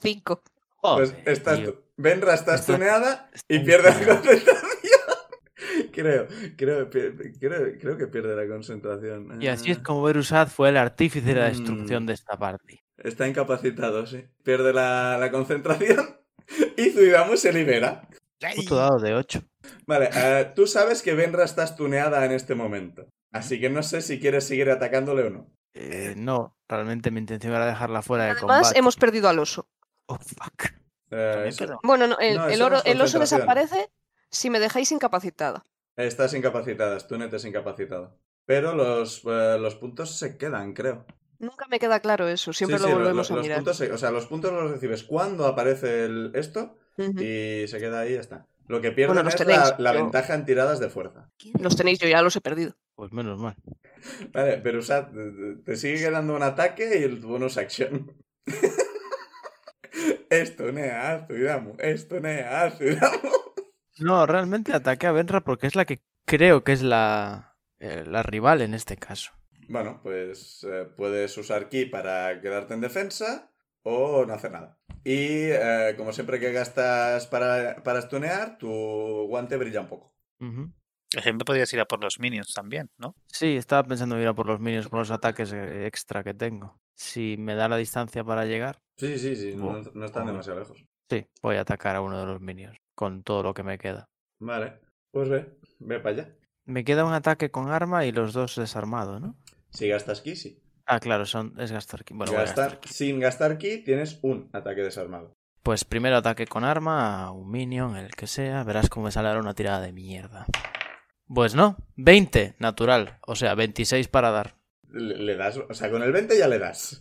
S3: Cinco.
S2: Pues
S5: Joder,
S2: estás...
S5: tío.
S2: Venra está
S5: Está-
S2: estuneada y
S5: está
S2: pierde la
S5: estuneada.
S2: concentración. (laughs) creo, creo, pi- creo, creo que pierde la concentración.
S5: Y así es
S2: Ah.
S5: como Berusad fue el artífice de la destrucción
S2: Mm.
S5: de esta parte.
S2: Está incapacitado, sí. Pierde la, la concentración (laughs) y Zuidamu se libera.
S1: Yay.
S5: Justo dado de 8.
S2: Vale, eh, tú sabes que Benra está stuneada en este momento. Así que no sé si quieres seguir atacándole o no.
S5: eh, no, realmente mi intención era dejarla fuera de
S3: Además,
S5: combate.
S3: hemos perdido al oso.
S5: Oh, fuck.
S2: Eh,
S5: También
S2: eso-
S5: queda-
S3: Bueno, no, el,
S2: No,
S3: el
S2: eso no
S3: oro-
S2: es
S3: el oso
S2: concentración.
S3: desaparece si me dejáis incapacitada.
S2: estás incapacitada, Stunet es incapacitado. Pero los, eh, los puntos se quedan, creo.
S3: Nunca me queda claro eso, siempre
S2: Sí,
S3: lo
S2: sí,
S3: volvemos
S2: lo-
S3: a
S2: los
S3: mirar.
S2: puntos se- o sea, los puntos los recibes cuando aparece el- esto
S3: Ujú.
S2: y se queda ahí y ya está. Lo que pierden
S3: Bueno, los
S2: es
S3: tenéis,
S2: la, la
S3: pero-
S2: ventaja en tiradas de fuerza.
S3: Los tenéis, yo ya los he perdido.
S5: Pues menos mal.
S2: Vale, pero o sea, te- te sigue quedando un ataque y el bonus action. (laughs) Estunea a Zuidamu, estunea a Zuidamu.
S5: No, realmente ataqué a Benra porque es la que creo que es la, eh, la rival en este caso.
S2: Bueno, pues eh, puedes usar ki para quedarte en defensa o no hacer nada. Y eh, como siempre que gastas para, para stunear, tu guante brilla un poco.
S5: Ujú.
S1: Siempre podrías ir a por los minions también, ¿no?
S5: Sí, estaba pensando en ir a por los minions con los ataques eh, extra que tengo. Si me da la distancia para llegar,
S2: Sí, sí, sí, no,
S5: Bueno,
S2: no están
S5: bueno.
S2: demasiado lejos.
S5: sí, voy a atacar a uno de los minions con todo lo que me queda.
S2: Vale, pues ve, ve para allá.
S5: Me queda un ataque con arma y los dos desarmados, ¿no?
S2: Si gastas ki, sí.
S5: Ah, claro, son, es gastar. ki- Bueno, voy a
S2: Gastar-
S5: gastar ki.
S2: Sin gastar ki tienes un ataque desarmado.
S5: Pues primero ataque con arma, a un minion, el que sea. Verás cómo me sale ahora una tirada de mierda. Pues no, 20, natural. O sea, 26 para dar.
S2: Le, le das, o sea, con el 20 ya le das.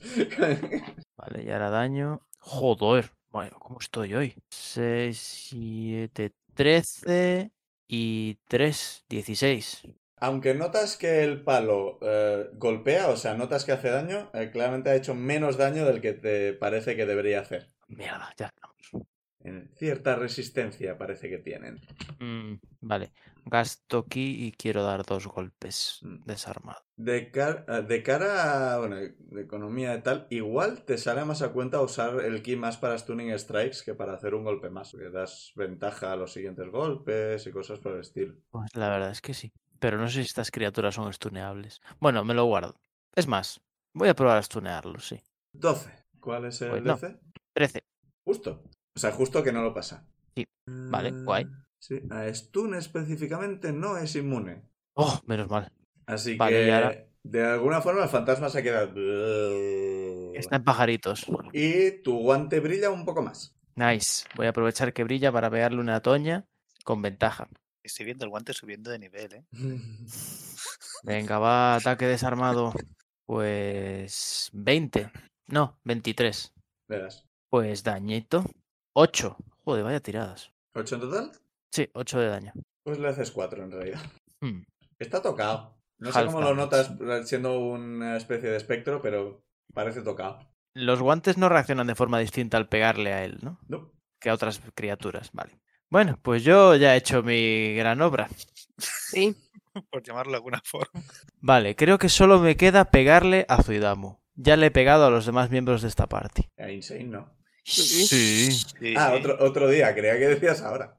S2: (laughs)
S5: Vale, y ahora daño. Joder, bueno, ¿cómo estoy hoy? 6, 7, 13 y 3, 16.
S2: Aunque notas que el palo eh, golpea, o sea, notas que hace daño, eh, claramente ha hecho menos daño del que te parece que debería hacer.
S5: Mierda, ya estamos.
S2: En cierta resistencia parece que tienen.
S5: Mm, vale, gasto ki y quiero dar dos golpes
S2: Mm.
S5: desarmado.
S2: De, car- eh, de cara a bueno, de economía y tal, igual te sale más a cuenta usar el ki más para stunning strikes que para hacer un golpe más, porque das ventaja a los siguientes golpes y cosas por el estilo.
S5: Pues la verdad es que sí. Pero no sé si estas criaturas son stuneables. Bueno, me lo guardo. Es más, voy a probar a stunearlo, sí.
S2: 12. ¿Cuál es el
S5: Pues no.
S2: DC?
S5: 13.
S2: Justo. O sea, justo que no lo pasa.
S5: Sí. Vale,
S2: Eh,
S5: guay.
S2: Sí, a Stun específicamente no es inmune.
S5: Oh, menos mal.
S2: Así
S5: Vale, y
S2: que,
S5: ahora-
S2: de alguna forma, el fantasma se ha quedado...
S5: Está en pajaritos.
S2: Y tu guante brilla un poco más. (laughs)
S5: Nice. Voy a aprovechar que brilla para pegarle una toña con ventaja.
S1: Estoy viendo el guante subiendo de nivel, ¿eh? (laughs)
S5: Venga, va, ataque desarmado. Pues 20. No, 23.
S2: Le das.
S5: Pues dañito. 8. Joder, vaya tiradas.
S2: ¿Ocho en total?
S5: Sí, 8 de daño.
S2: Pues le haces cuatro en realidad.
S5: Hmm.
S2: Está tocado. No sé
S5: Half
S2: cómo lo
S5: damage.
S2: notas siendo una especie de espectro, pero parece tocado.
S5: Los guantes no reaccionan de forma distinta al pegarle a él, ¿no?
S2: No.
S5: Que a otras criaturas, vale. Bueno, pues yo ya he hecho mi gran obra.
S3: Sí.
S1: Por llamarlo de alguna forma.
S5: Vale, creo que solo me queda pegarle a Zuidamu. Ya le he pegado a los demás miembros de esta parte.
S2: Eh, Insane, ¿no?
S5: Sí.
S1: Sí,
S2: Ah,
S1: sí.
S2: otro, otro día, creía que decías ahora.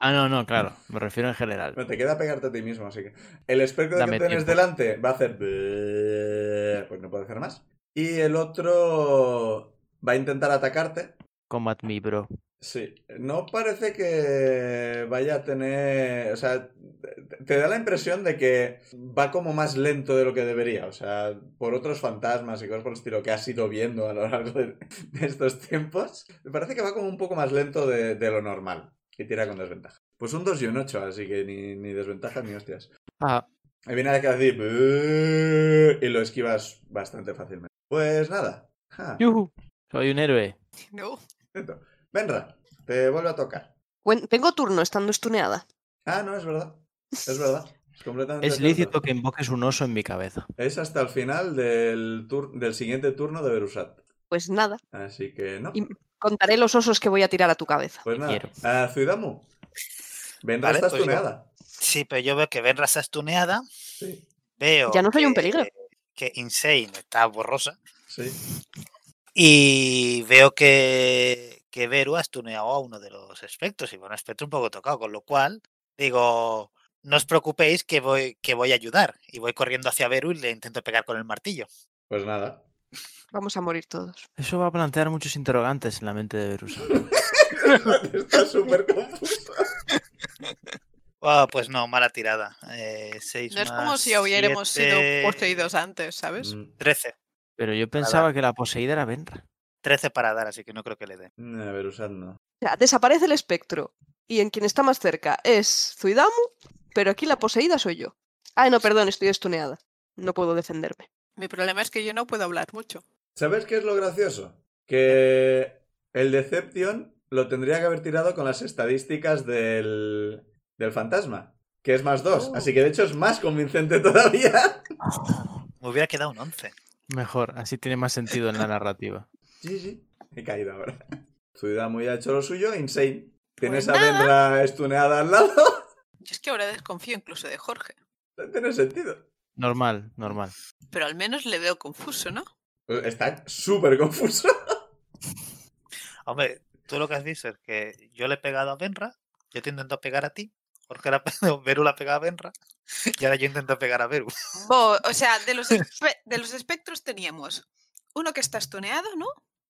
S5: Ah, no, no, claro. Me refiero en general.
S2: No, te queda pegarte a ti mismo, así que. El espectro
S5: Dame
S2: que tienes
S5: tiempo.
S2: delante va a hacer. Pues no puede hacer más. Y el otro va a intentar atacarte.
S5: Combat me, bro.
S2: Sí. No parece que vaya a tener. O sea, te- te da la impresión de que va como más lento de lo que debería. O sea, por otros fantasmas y cosas por el estilo que has ido viendo a lo largo de, de estos tiempos. Me parece que va como un poco más lento de, de lo normal. Y tira con desventaja. Pues un 2 y un 8, así que ni, ni desventaja ni hostias.
S5: Ah,
S2: Ahí viene que decir "Buh", y lo esquivas bastante fácilmente. Pues nada. Ja,
S5: yuhu. Soy un héroe.
S4: No.
S2: atento. Benra, te vuelve a tocar.
S3: Cuen- Tengo turno estando estuneada.
S2: Ah, no, es verdad. Es verdad. completamente
S5: Es
S2: cierto.
S5: lícito que invoques un oso en mi cabeza.
S2: Es hasta el final del, tur- del siguiente turno de Berusat.
S3: Pues nada,
S2: Así que no.
S3: Y- contaré los osos que voy a tirar a tu cabeza.
S2: Pues nada.
S5: quiero.
S2: Ah, Zuidamu. Vendrá
S1: Vale,
S2: esta
S1: pues yo-
S2: tuneada.
S1: Sí, pero yo veo que Benra está estuneada.
S2: Sí,
S1: Veo.
S3: Ya no soy un
S1: que-
S3: peligro.
S1: Que Insane está borrosa.
S2: sí.
S1: Y veo que, que Veru ha estuneado a uno de los espectros y bueno, espectro un poco tocado, con lo cual digo, no os preocupéis que voy, que voy a ayudar. Y voy corriendo hacia Veru y le intento pegar con el martillo.
S2: Pues nada.
S3: Vamos a morir todos.
S5: Eso va a plantear muchos interrogantes en la mente de Berusa.
S2: Está súper confuso. ¿eh?
S1: Ah, pues no, mala tirada. Eh, seis
S4: No es como
S1: más
S4: si hubiéramos
S1: siete,
S4: sido poseídos antes, ¿sabes?
S2: Mm,
S1: 13.
S5: Pero yo pensaba que la poseída era Benra.
S1: 13 para dar, así que no creo que le dé.
S2: no, Mm, Berusat no.
S3: O sea, desaparece el espectro y en quien está más cerca es Zuidamu, pero aquí la poseída soy yo. Ah, no, perdón, estoy estuneada. No puedo defenderme.
S4: Mi problema es que yo no puedo hablar mucho.
S2: ¿Sabes qué es lo gracioso? Que el Deception lo tendría que haber tirado con las estadísticas del, del fantasma, que es más dos.
S4: Oh.
S2: Así que de hecho es más convincente (laughs) todavía.
S1: Me hubiera quedado un 11.
S5: Mejor, así tiene más sentido en la narrativa.
S2: Sí, sí. He caído ahora. Zuidamu ya ha hecho lo suyo, insane. Tienes a
S4: nada.
S2: Vendra estuneada al lado. (laughs)
S4: Yo es que ahora desconfío incluso de Jorge.
S2: No tiene sentido.
S5: Normal, normal.
S4: Pero al menos le veo confuso, ¿no?
S2: Está súper confuso.
S1: Hombre, tú lo que has dicho es que yo le he pegado a Benra, yo te intento pegar a ti. Jorge (laughs) la, Veru la pegaba a Benra (laughs) y ahora yo intento pegar a Veru.
S4: Bo- o sea, de los, espe- de los espectros teníamos uno que está estoneado, ¿no?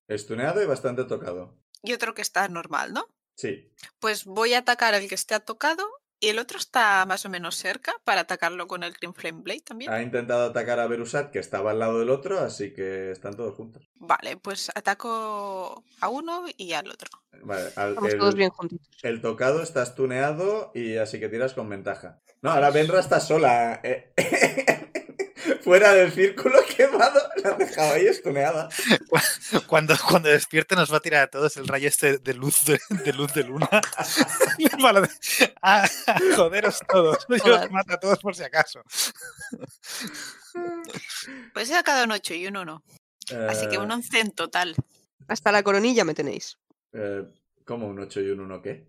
S2: Estuneado y bastante tocado.
S4: Y otro que está normal, ¿no?
S2: Sí.
S4: Pues voy a atacar al que esté tocado y el otro está más o menos cerca para atacarlo con el Green Flame Blade también.
S2: Ha intentado atacar a Berusat, que estaba al lado del otro, así que están todos juntos.
S4: Vale, pues ataco a uno y al otro.
S2: Vale, al-
S3: Vamos
S2: el-
S3: todos bien juntitos.
S2: El tocado está tuneado y así que tiras con ventaja. No, ahora Benra está sola. eh. (laughs) Fuera del círculo (laughs) quemado. La has dejado ahí estuneada.
S1: (laughs) Cuando, cuando despierte nos va a tirar a todos el rayo este de luz de, de luz de luna. (laughs) Para de- a- a joderos todos. (laughs) Yo
S4: Joder.
S1: os mato a todos por si acaso.
S4: Pues he sacado un 8 y un 1. Así
S2: Ah.
S4: que un 11 en total.
S3: Hasta la coronilla me tenéis.
S2: Eh, ¿Cómo un 8 y un 1 qué?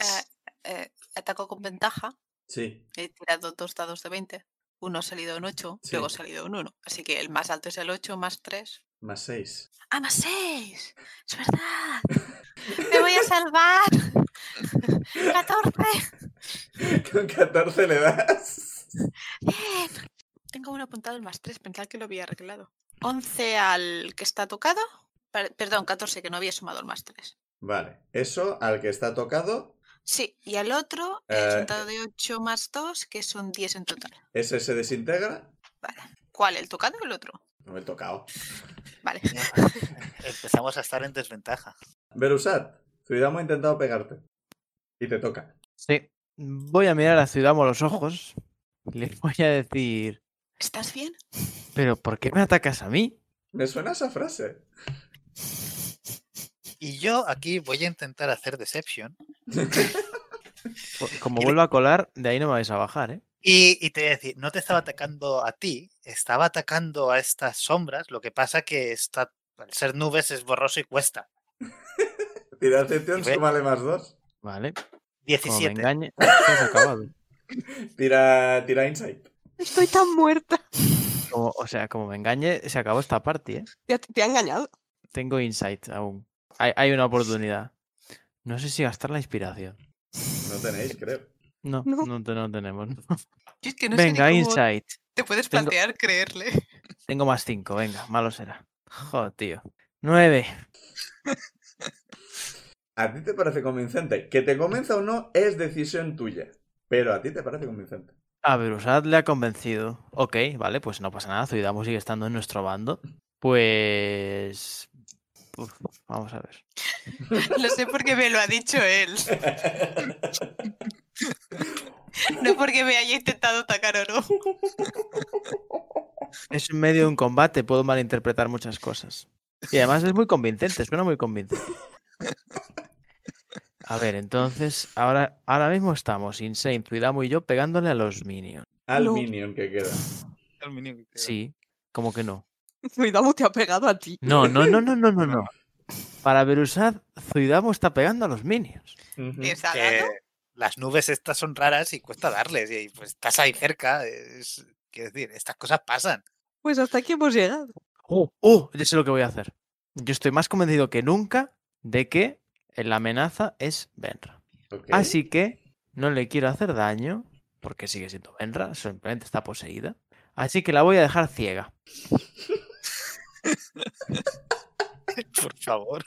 S4: Eh, eh, ataco con ventaja.
S2: Sí.
S4: He tirado dos dados de 20. Uno ha salido un 8,
S2: Sí.
S4: luego ha salido un 1. Así que el más alto es el 8, más 3.
S2: Más 6.
S4: ¡Ah, más 6! ¡Es verdad! ¡Me voy a salvar!
S2: (laughs)
S4: (laughs) ¡14!
S2: Con 14 le das.
S4: ¡Bien! Tengo uno apuntado el más 3, pensaba que lo había arreglado. 11 al que está tocado. Per- Perdón, 14, que no había sumado el más 3.
S2: Vale. Eso al que está tocado
S4: Sí, y al otro
S2: Eh,
S4: he juntado de 8 más 2, que son 10 en total.
S2: ese se desintegra.
S4: ¿Cuál? ¿El tocado o el otro?
S2: No me he tocado.
S4: Vale.
S1: Empezamos a estar en desventaja.
S2: Berusat, Zuidamo ha intentado pegarte. Y te toca.
S5: Sí. Voy a mirar a Ciudadamo a los ojos. y Le (laughs) voy a decir,
S4: ¿Estás bien?
S5: ¿pero por qué me atacas a mí?
S2: Me suena esa frase.
S1: Y yo aquí voy a intentar hacer Deception.
S5: Por- Como vuelvo a colar, de ahí no me vais a bajar, ¿eh?
S1: Y, y te voy a decir, no te estaba atacando a ti, estaba atacando a estas sombras. Lo que pasa que está, al ser nubes es borroso y cuesta.
S2: Tira excepción,
S1: Y ve-
S2: súmale más 2.
S5: Vale. Como me
S1: 17.
S5: engañe, has acabado.
S2: Tira, tira insight.
S3: Estoy tan muerta.
S5: Como- o sea, como me engañe, se acabó esta party, ¿eh?
S3: Te ha, te ha engañado. (laughs)
S5: Tengo insight aún. Hay, hay una oportunidad. No sé si gastar la inspiración.
S2: No tenéis, creo.
S5: No,
S3: No.
S5: no, te- no tenemos.
S4: Yo es que no sé ni
S5: venga,
S4: cómo
S5: insight.
S4: Te puedes
S5: Tengo-
S4: plantear creerle. (laughs)
S5: Tengo más cinco, venga, malo será. Joder, tío. Nueve.
S2: A ti te parece convincente. Que te convenza o no es decisión tuya. Pero a ti te parece convincente.
S5: A Berusat le ha convencido. Ok, vale, pues no pasa nada. Zuidamo sigue estando en nuestro bando. Pues. uf, vamos a ver.
S4: Lo sé porque me lo ha dicho él. (laughs) No porque me haya intentado atacar o no.
S5: Es en medio de un combate, puedo malinterpretar muchas cosas. Y además es muy convincente, suena muy convincente. A ver, entonces, ahora, ahora mismo estamos, Insane, Zuidamo y yo, pegándole a los minions.
S2: Al
S3: No.
S2: minion que queda.
S1: El minion que queda.
S5: Sí, como que no.
S3: Zuidamo te ha pegado a ti.
S5: No, no, no, no, no, no, no. Para Berusad, Zuidamo está pegando a los minions.
S2: Ujú.
S4: ¿Tienes
S1: Que
S4: algo?
S1: las nubes estas son raras y cuesta darles. Y pues estás ahí cerca. es- quiero decir, estas cosas pasan. (laughs)
S3: Pues hasta aquí hemos llegado.
S5: Oh, oh, ya sé lo que voy a hacer. Yo estoy más convencido que nunca de que la amenaza es Benra.
S2: Ok. (laughs)
S5: Así que no le quiero hacer daño, porque sigue siendo Benra, simplemente está poseída. Así que la voy a dejar ciega.
S1: Por favor.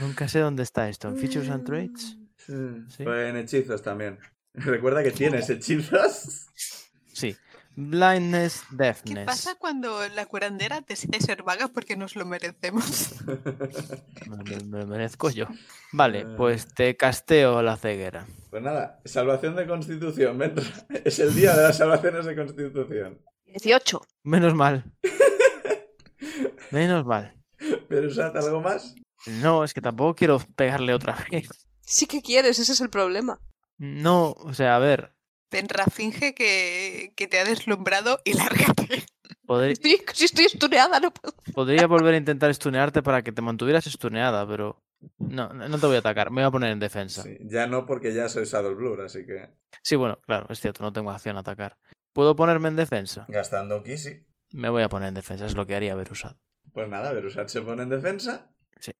S5: Nunca sé dónde está esto. ¿En Features and Traits? Sí.
S2: Mm. Fue en hechizos también. (laughs) Recuerda que tienes hechizos. (laughs)
S5: Sí. Blindness,
S4: ¿Qué
S5: Deafness.
S4: pasa cuando la curandera decide ser vaga porque nos lo merecemos? (laughs)
S5: Me, me- me lo merezco yo. Vale,
S2: Eh.
S5: pues te casteo la ceguera.
S2: Pues nada, salvación de constitución, Benra. (laughs) Es el día de las salvaciones de constitución.
S3: 18.
S5: Menos mal. Menos mal.
S2: ¿Pero usad algo más?
S5: No, es que tampoco quiero pegarle otra (laughs) vez.
S3: Sí que quieres, ese es el problema.
S5: No, o sea, a ver.
S4: Benra, finge que, que te ha deslumbrado y lárgate.
S5: podri-
S3: Estoy- si estoy estuneada, no puedo.
S5: podría volver a intentar estunearte para que te mantuvieras estuneada, pero. No, no no te voy a atacar. Me voy a poner en defensa.
S2: Sí, ya no, porque ya soy Saddle Blur, así que.
S5: Sí, bueno, claro, es cierto, no tengo acción a atacar. ¿Puedo ponerme en defensa?
S2: Gastando aquí, sí.
S5: Me voy a poner en defensa, es lo que haría haber usado.
S2: Pues nada, Berusat se pone en defensa.
S5: Sí.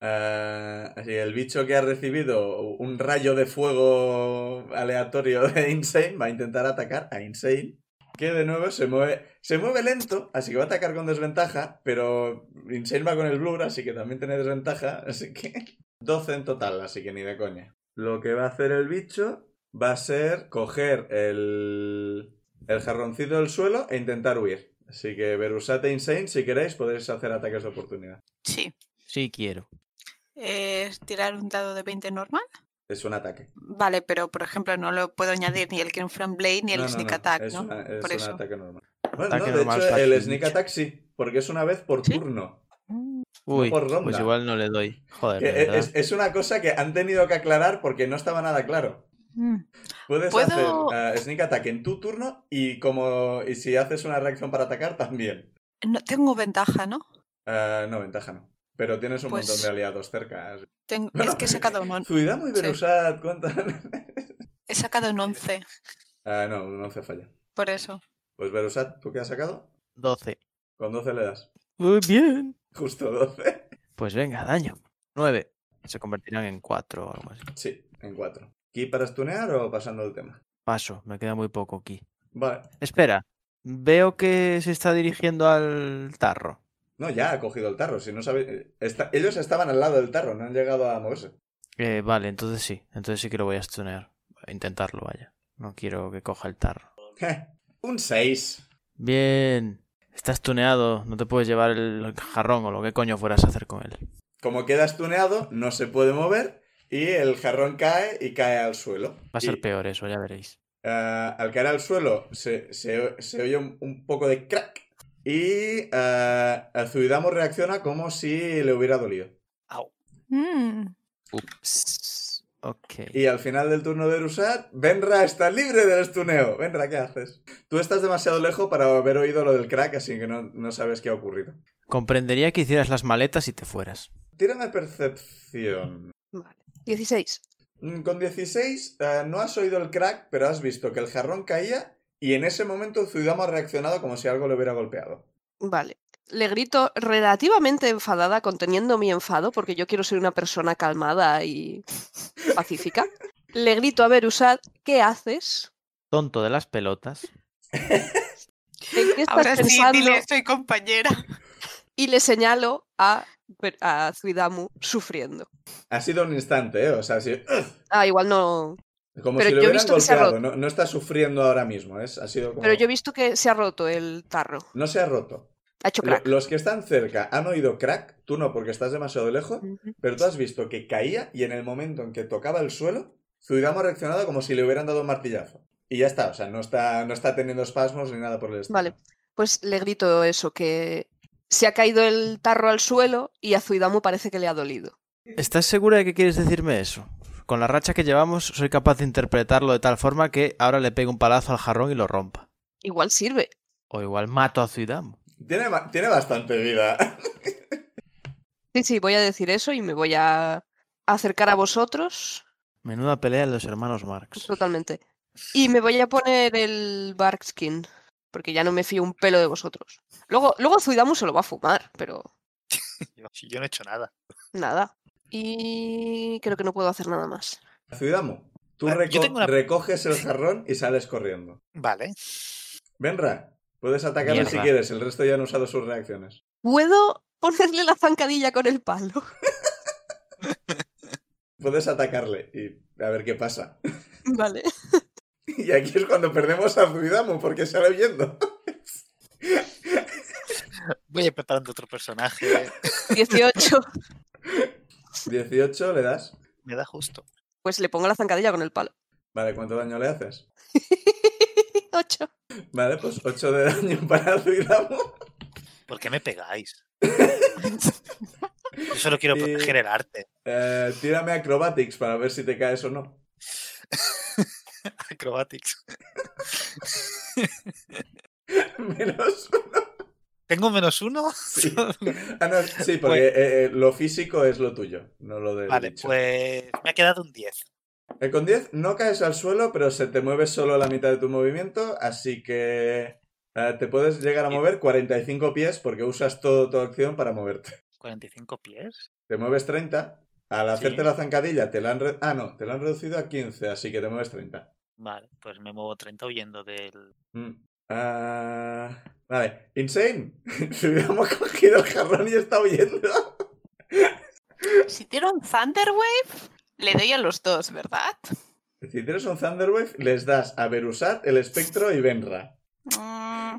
S2: Ah, así el bicho que ha recibido un rayo de fuego aleatorio de Insane va a intentar atacar a Insane. Que de nuevo se mueve. Se mueve lento, así que va a atacar con desventaja. Pero Insane va con el blur, así que también tiene desventaja. (laughs) Así que. 12 en total, así que ni de coña. Lo que va a hacer el bicho va a ser coger el. el jarroncito del suelo e intentar huir. Así que Verusate Insane, si queréis, podéis hacer ataques de oportunidad.
S4: Sí.
S5: Sí, quiero.
S4: ¿Es tirar un dado de 20 normal?
S2: Es un ataque.
S4: Vale, pero por ejemplo no lo puedo añadir ni el Ken From Blade ni el
S2: No, no,
S4: Sneak
S2: no,
S4: Attack,
S2: es
S4: ¿no?
S2: una- es
S4: Por
S2: un
S4: eso.
S2: ataque normal. Bueno,
S5: Ataque
S2: no, de
S5: normal,
S2: hecho,
S5: flash
S2: el
S5: damage.
S2: Sneak Attack sí, porque es una vez por
S4: ¿Sí?
S2: turno.
S4: Mm,
S5: Uy,
S2: por
S5: pues
S2: ronda.
S5: igual no le doy. Joder,
S2: Que
S5: de
S2: es-
S5: verdad.
S2: es, es una cosa que han tenido que aclarar porque no estaba nada claro.
S4: mm.
S2: Puedes
S4: ¿Puedo-
S2: hacer eh, Sneak Attack en tu turno y como y si haces una reacción para atacar, también.
S4: No tengo ventaja, ¿no?
S2: Eh, no, ventaja no. Pero tienes un
S4: Pues-
S2: montón de aliados cerca. así- (laughs)
S4: Tengo-
S2: Bueno,
S4: es que he sacado un, on-
S2: Zuidamo y
S4: Sí.
S2: Berusat, ¿cuántas? (laughs)
S4: he sacado un 11,
S2: Ah, no, un 11 falla.
S4: por eso.
S2: Pues Verusat, ¿tú qué has sacado?
S5: 12.
S2: Con 12 le das. (laughs)
S5: Muy bien.
S2: Justo 12.
S5: Pues venga, daño. 9. Se convertirán en 4 o algo así.
S2: Sí, en 4. ¿Ki para stunear o pasando el tema?
S5: Paso, me queda muy poco aquí.
S2: Vale.
S5: Espera, veo que se está dirigiendo al tarro.
S2: No, ya ha cogido el tarro. Si no sabe... eh, Está- Ellos estaban al lado del tarro, no han llegado a moverse.
S5: Eh, vale, entonces sí. Entonces sí que lo voy a stunear. A intentarlo, vaya. No quiero que coja el tarro.
S2: un 6.
S5: Bien. Estás tuneado, no te puedes llevar el jarrón o lo que coño fueras a hacer con él.
S2: Como queda stuneado, no se puede mover y el jarrón cae y cae al suelo.
S5: Va a ser
S2: Y,
S5: peor eso, ya veréis.
S2: eh, al caer al suelo se, se- se oye un, un poco de crack y eh, el Zuidamo reacciona como si le hubiera dolido.
S4: Mm.
S5: Ups. Ok.
S2: Y al final del turno de Rusat, Benra está libre del estuneo. Benra, ¿qué haces? Tú estás demasiado lejos para haber oído lo del crack, así que no, no sabes qué ha ocurrido.
S5: Comprendería que hicieras las maletas y te fueras.
S2: Tírame percepción.
S3: Vale. 16.
S2: Mm, Con 16 eh, no has oído el crack, pero has visto que el jarrón caía y en ese momento el Zuidamo ha reaccionado como si algo le hubiera golpeado.
S3: Vale. Le grito relativamente enfadada, conteniendo mi enfado, porque yo quiero ser una persona calmada y pacífica. Le grito a Berusad, ¿qué haces?
S5: Tonto de las pelotas.
S3: ¿En qué estás
S4: Ahora sí,
S3: pensando?
S4: dile, soy compañera.
S3: Y le señalo a, Ber- a Zuidamu sufriendo.
S2: Ha sido un instante, ¿eh? O sea, sí, ¡ugh!
S3: Ah, igual no.
S2: como
S3: Pero
S2: si le
S3: yo he
S2: hubieran
S3: visto que se ha
S2: golpeado. No, no está sufriendo ahora mismo, ¿eh? Ha sido como...
S3: Pero yo he visto que se ha roto el tarro.
S2: No se ha roto.
S3: Ha hecho
S2: Lo-
S3: crack.
S2: Los que están cerca han oído crack, tú no porque estás demasiado lejos,
S3: Ujú.
S2: Pero tú has visto que caía y en el momento en que tocaba el suelo, Zuidamo ha reaccionado como si le hubieran dado un martillazo. Y ya está, o sea, no está, no está teniendo espasmos ni nada por el estilo.
S3: Vale. Pues le grito eso, que Se ha caído el tarro al suelo y a Zuidamu parece que le ha dolido.
S5: ¿Estás segura de que quieres decirme eso? Con la racha que llevamos, soy capaz de interpretarlo de tal forma que ahora le pegue un palazo al jarrón y lo rompa.
S3: Igual sirve.
S5: O igual mato a Zuidamu.
S2: Tiene, ba- tiene bastante vida. (laughs)
S3: Sí, sí, voy a decir eso y me voy a acercar a vosotros
S5: Menuda pelea de los hermanos Marx.
S3: totalmente. Y me voy a poner el Barkskin, porque ya no me fío un pelo de vosotros. Luego, luego Zuidamu se lo va a fumar, pero
S1: (laughs) Yo, si yo no he hecho nada.
S3: nada. Y creo que no puedo hacer nada más.
S2: Zuidamu, tú
S1: Ah, yo
S2: reco-
S1: tengo una-
S2: recoges el jarrón y sales corriendo.
S1: Vale.
S2: Benra, puedes atacarle si
S5: Mierda.
S2: quieres, el resto ya han usado sus reacciones.
S3: ¿Puedo ponerle la zancadilla con el palo? (laughs)
S2: Puedes atacarle y a ver qué pasa. (laughs)
S3: Vale.
S2: Y aquí es cuando perdemos a Zuidamu porque
S1: (laughs)
S2: sale huyendo.
S1: Voy a ir preparando otro personaje.
S3: 18.
S2: 18 le das.
S1: Me da justo.
S3: Pues le pongo la zancadilla con el palo.
S2: Vale, ¿cuánto daño le haces?
S3: 8.
S2: Vale, pues 8 de daño para Zuidamu.
S1: ¿Por qué me pegáis? Yo solo quiero
S2: Eh,
S1: proteger el arte. (laughs)
S2: Eh, tírame acrobatics para ver si te caes o no. (laughs)
S1: Acrobatics.
S2: Menos.
S1: ¿Tengo menos uno?
S2: Sí. Ah, no, sí, porque eh, eh, lo físico es lo tuyo, no lo de.
S1: Pues- Vale, pues me ha quedado un 10.
S2: con 10 no caes al suelo, pero se te mueve solo la mitad de tu movimiento, así que eh, te puedes llegar a mover 45 pies porque usas todo tu acción para moverte.
S1: 45 pies.
S2: Te mueves 30. Al hacerte
S1: Sí.
S2: la zancadilla te la han re- ah, no, te la han reducido a 15, así que te mueves 30.
S1: Vale, pues me muevo 30 huyendo del.
S2: Mm. Ah, vale, insane. (laughs) Si hubiéramos cogido el jarrón y está huyendo.
S4: Si tiro un Thunderwave, le doy a los dos, ¿verdad?
S2: Si tienes un Thunderwave, les das a Berusat, el espectro y Benra.
S4: Mm,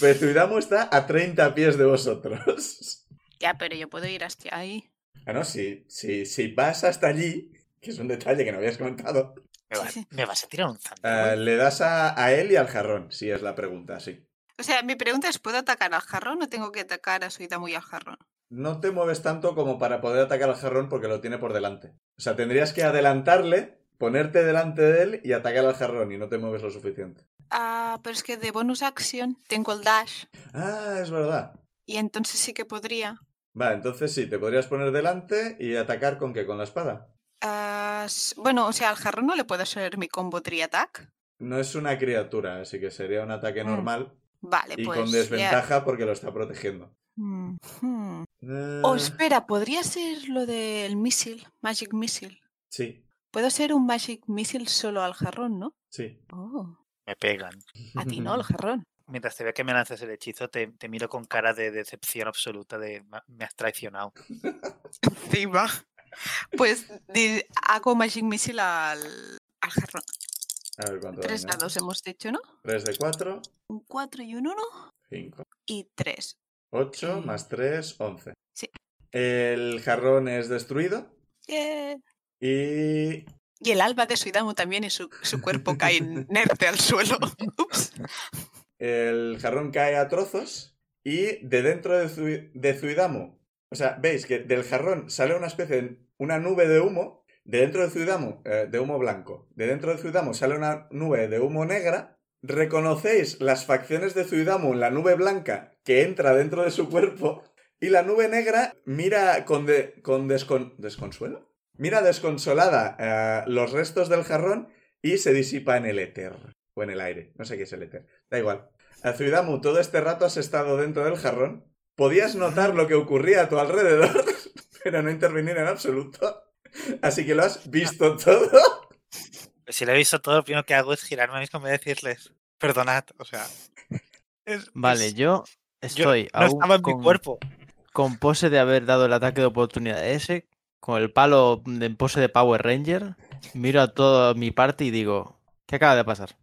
S2: Pero Zuidamu está a 30 pies de vosotros. (laughs)
S4: ya, pero yo puedo ir hasta ahí.
S2: Ah, no, si, si, si vas hasta allí, que es un detalle que no habías comentado,
S1: Me, va-
S4: Sí.
S1: me vas a tirar un
S2: eh,
S1: Thunderbolt.
S2: le das a, a él y al jarrón, si es la pregunta, sí.
S4: O sea, mi pregunta es, ¿puedo atacar al jarrón o tengo que atacar a Suidamu y al jarrón?
S2: No te mueves tanto como para poder atacar al jarrón porque lo tiene por delante. O sea, tendrías que adelantarle, ponerte delante de él y atacar al jarrón y no te mueves lo suficiente.
S4: Ah, pero es que de bonus action tengo el dash
S2: Ah, es verdad.
S4: y entonces sí que podría.
S2: Vale, entonces sí, te podrías poner delante y atacar con qué, con la espada.
S4: Ah, s- bueno, o sea, al jarrón no le puedo hacer mi combo tri-attack.
S2: No es una criatura, así que sería un ataque
S4: Mm.
S2: normal
S4: Vale,
S2: y
S4: pues...
S2: con
S4: ya-
S2: desventaja porque lo está protegiendo.
S4: Mm, hmm.
S2: Eh,
S4: O espera, podría ser lo del misil, Magic Missile.
S2: Sí,
S4: Puedo ser un Magic Missile solo al jarrón, ¿no?
S2: sí.
S4: Oh,
S1: Me pegan.
S4: a ti
S2: (laughs)
S4: no, al jarrón.
S1: Mientras te veo que me lanzas el hechizo, te, te miro con cara de decepción absoluta de "Ma- me has traicionado.
S4: Encima. Pues di- hago Magic Missile al, al jarrón.
S2: A ver cuánto
S4: Tres
S2: daño.
S4: dados hemos dicho, ¿no?
S2: 3 de 4,
S4: Un 4 y un 1
S2: 5,
S4: y 3.
S2: 8
S4: Mm.
S2: más 3, 11.
S4: Sí.
S2: El jarrón es destruido y...
S4: Y el alba de Suidamu también y su, su
S2: (laughs)
S4: cuerpo cae inerte al suelo. (laughs) Ups.
S2: El jarrón cae a trozos y de dentro de, Zui- de Zuidamu, o sea, veis que del jarrón sale una especie de una nube de humo, de dentro de Zuidamu, eh, de humo blanco, de dentro de Zuidamu sale una nube de humo negra, reconocéis las facciones de Zuidamu en la nube blanca que entra dentro de su cuerpo y la nube negra mira con, de- con descon- desconsuelo, mira desconsolada eh, los restos del jarrón y se disipa en el éter o en el aire, no sé qué es el éter, da igual. Azuidamu, todo este rato has estado dentro del jarrón. Podías notar lo que ocurría a tu alrededor, (laughs) pero no intervenir en absoluto. Así que lo has visto todo. (laughs)
S1: Pues Si lo he visto todo, lo primero que hago es girarme a mis compañeros y decirles, perdonad, o sea. es-
S5: Vale,
S1: es-
S5: yo estoy
S1: no
S5: aún
S1: estaba en
S5: con,
S1: mi cuerpo.
S5: con pose de haber dado el ataque de oportunidad ese, con el palo de- en pose de Power Ranger, miro a toda mi parte y digo, ¿qué acaba de pasar?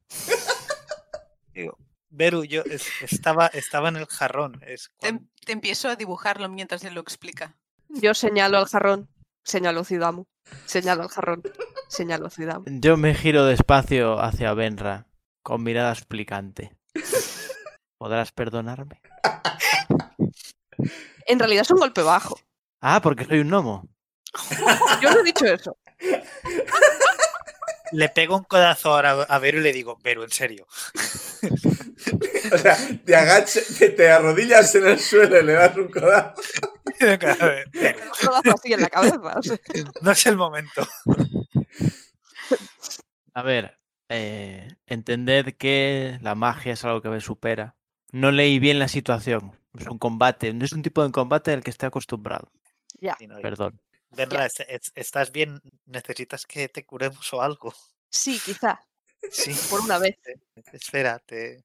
S1: Beru, yo es- estaba, estaba en el jarrón. Es
S4: Te,
S5: Em
S1: cuan-
S4: te empiezo a dibujarlo mientras él lo explica.
S3: Yo señalo al jarrón. Señalo a Zuidamu. Señalo al jarrón. Señalo a Zuidamu.
S5: Yo me giro despacio hacia Benra,
S1: (laughs)
S5: con mirada explicante. ¿Podrás perdonarme?
S3: En realidad es un golpe bajo.
S5: Ah, porque soy un gnomo.
S3: Yo no he dicho eso.
S1: Le pego un codazo ahora a Vero y le digo, Vero, en serio. (laughs)
S2: O sea, te agachas, te, te arrodillas en el suelo y le das un codazo.
S1: Vero,
S3: Un codazo así en la cabeza. o sea.
S1: no es el (laughs) momento.
S5: A ver, eh, entended que la magia es algo que me supera. No leí bien la situación. Es un combate, no es un tipo de combate al que estoy acostumbrado.
S1: Y no, y-
S5: Perdón.
S1: Benra, es- es- estás bien, necesitas que te curemos o algo.
S3: Sí, quizá,
S1: (laughs) Sí,
S3: por una vez.
S1: espérate.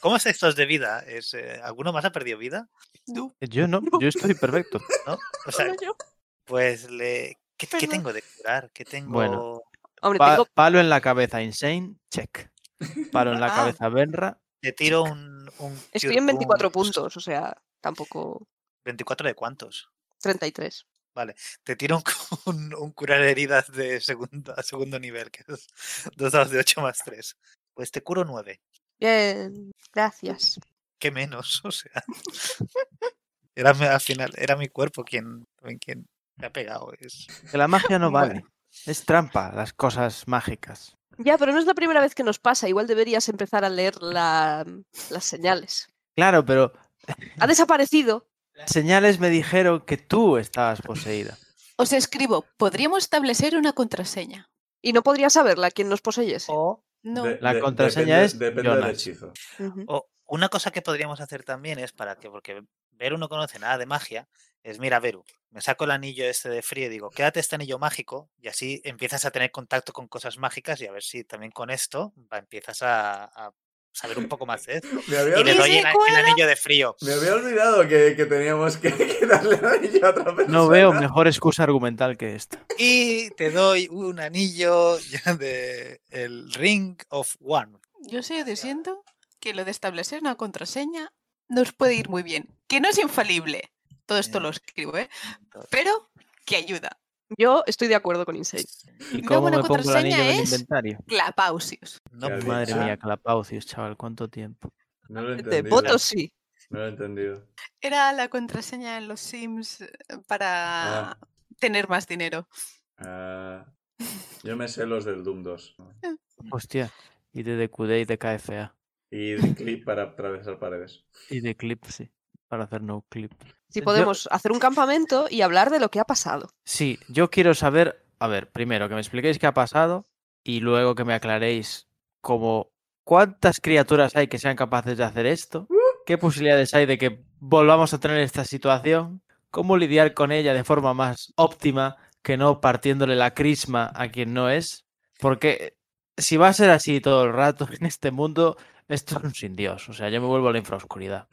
S1: ¿Cómo es estos de vida? ¿Es, eh, ¿Alguno más ha perdido vida?
S5: Yo no, yo estoy perfecto.
S1: ¿No? O sea, pues le. ¿Qué, qué
S4: Perdón.
S1: tengo de curar? ¿Qué tengo?
S5: Bueno.
S3: Hombre,
S5: Pa-
S3: tengo
S5: palo en la cabeza, insane, check. Palo en la
S4: Ah.
S5: cabeza, Benra.
S1: Te tiro un. un
S3: Estoy
S1: cure
S3: en 24
S1: wounds.
S3: puntos, o sea, tampoco
S1: 24 de cuántos?
S3: 33.
S1: Te tiro un, cu- (laughs) un- un curar heridas de segundo, a segundo nivel, que es dos dados de 8 más 3. Pues te curo 9.
S3: Bien, gracias.
S1: ¿Qué menos? (laughs) O sea. Era, mi- al final, era mi cuerpo quien, quien me ha pegado. Es...
S5: Que la magia no
S3: Bueno.
S5: vale. Es trampa, las cosas mágicas.
S3: Ya, pero no es la primera vez que nos pasa. Igual deberías empezar a leer la- las señales.
S5: Claro, pero
S3: Ha desaparecido.
S5: las señales me dijeron que tú estabas poseída.
S6: Os escribo, podríamos establecer una contraseña.
S3: Y no podría saberla quien nos poseyese.
S1: O,
S6: No.
S2: De-
S5: La
S2: de-
S5: contraseña
S2: depende-
S5: es
S2: Depende del
S5: Jonas.
S2: hechizo.
S3: Ujú.
S1: o una cosa que podríamos hacer también es para que, porque Veru no conoce nada de magia, es mira, Veru, me saco el anillo este de frío y digo, quédate este anillo mágico y así empiezas a tener contacto con cosas mágicas y a ver si también con esto va- empiezas a, a saber un poco más de esto.
S2: Me había,
S1: Y le
S6: ¿Y
S1: doy
S6: se
S1: el, a- el
S6: cuela?
S1: anillo de frío.
S2: me había olvidado que, que teníamos que, (laughs) que darle el anillo a otra persona.
S5: No veo mejor excusa argumental que esta.
S1: Y te doy un anillo ya de el Ring of One.
S6: Yo sigo diciendo que lo de establecer una contraseña nos puede ir muy bien. Que no es infalible. Todo esto
S1: Bien.
S6: lo escribo, ¿eh? Pero que ayuda.
S3: Yo estoy de acuerdo con Insane.
S5: ¿Y
S6: Una
S5: cómo
S6: buena
S5: me pongo el anillo
S6: contraseña
S5: en el
S6: es-
S5: inventario?
S6: Clapausios.
S1: No,
S2: Ya
S1: pues,
S2: ves.
S5: Madre
S2: Ah.
S5: mía, Clapaucius, chaval, cuánto tiempo.
S2: No lo he
S3: De
S2: entendido.
S3: votos sí.
S2: No lo he entendido.
S6: Era la contraseña en los Sims eh, para
S2: Ah.
S6: tener más dinero.
S2: Ah, yo me sé los del Doom 2.
S5: Hostia. Y de DQD y de KFA.
S2: Y de clip para atravesar paredes.
S5: Y de clip, sí. Para hacer no clip.
S3: Si
S5: Yo-
S3: podemos hacer un campamento y hablar de lo que ha pasado.
S5: Sí, yo quiero saber, a ver, primero que me expliquéis qué ha pasado y luego que me aclaréis como cuántas criaturas hay que sean capaces de hacer esto, qué posibilidades hay de que volvamos a tener esta situación, cómo lidiar con ella de forma más óptima que no partiéndole la crisma a quien no es, porque si va a ser así todo el rato (laughs) en este mundo, esto es un sin Dios, o sea, yo me vuelvo a la infraoscuridad.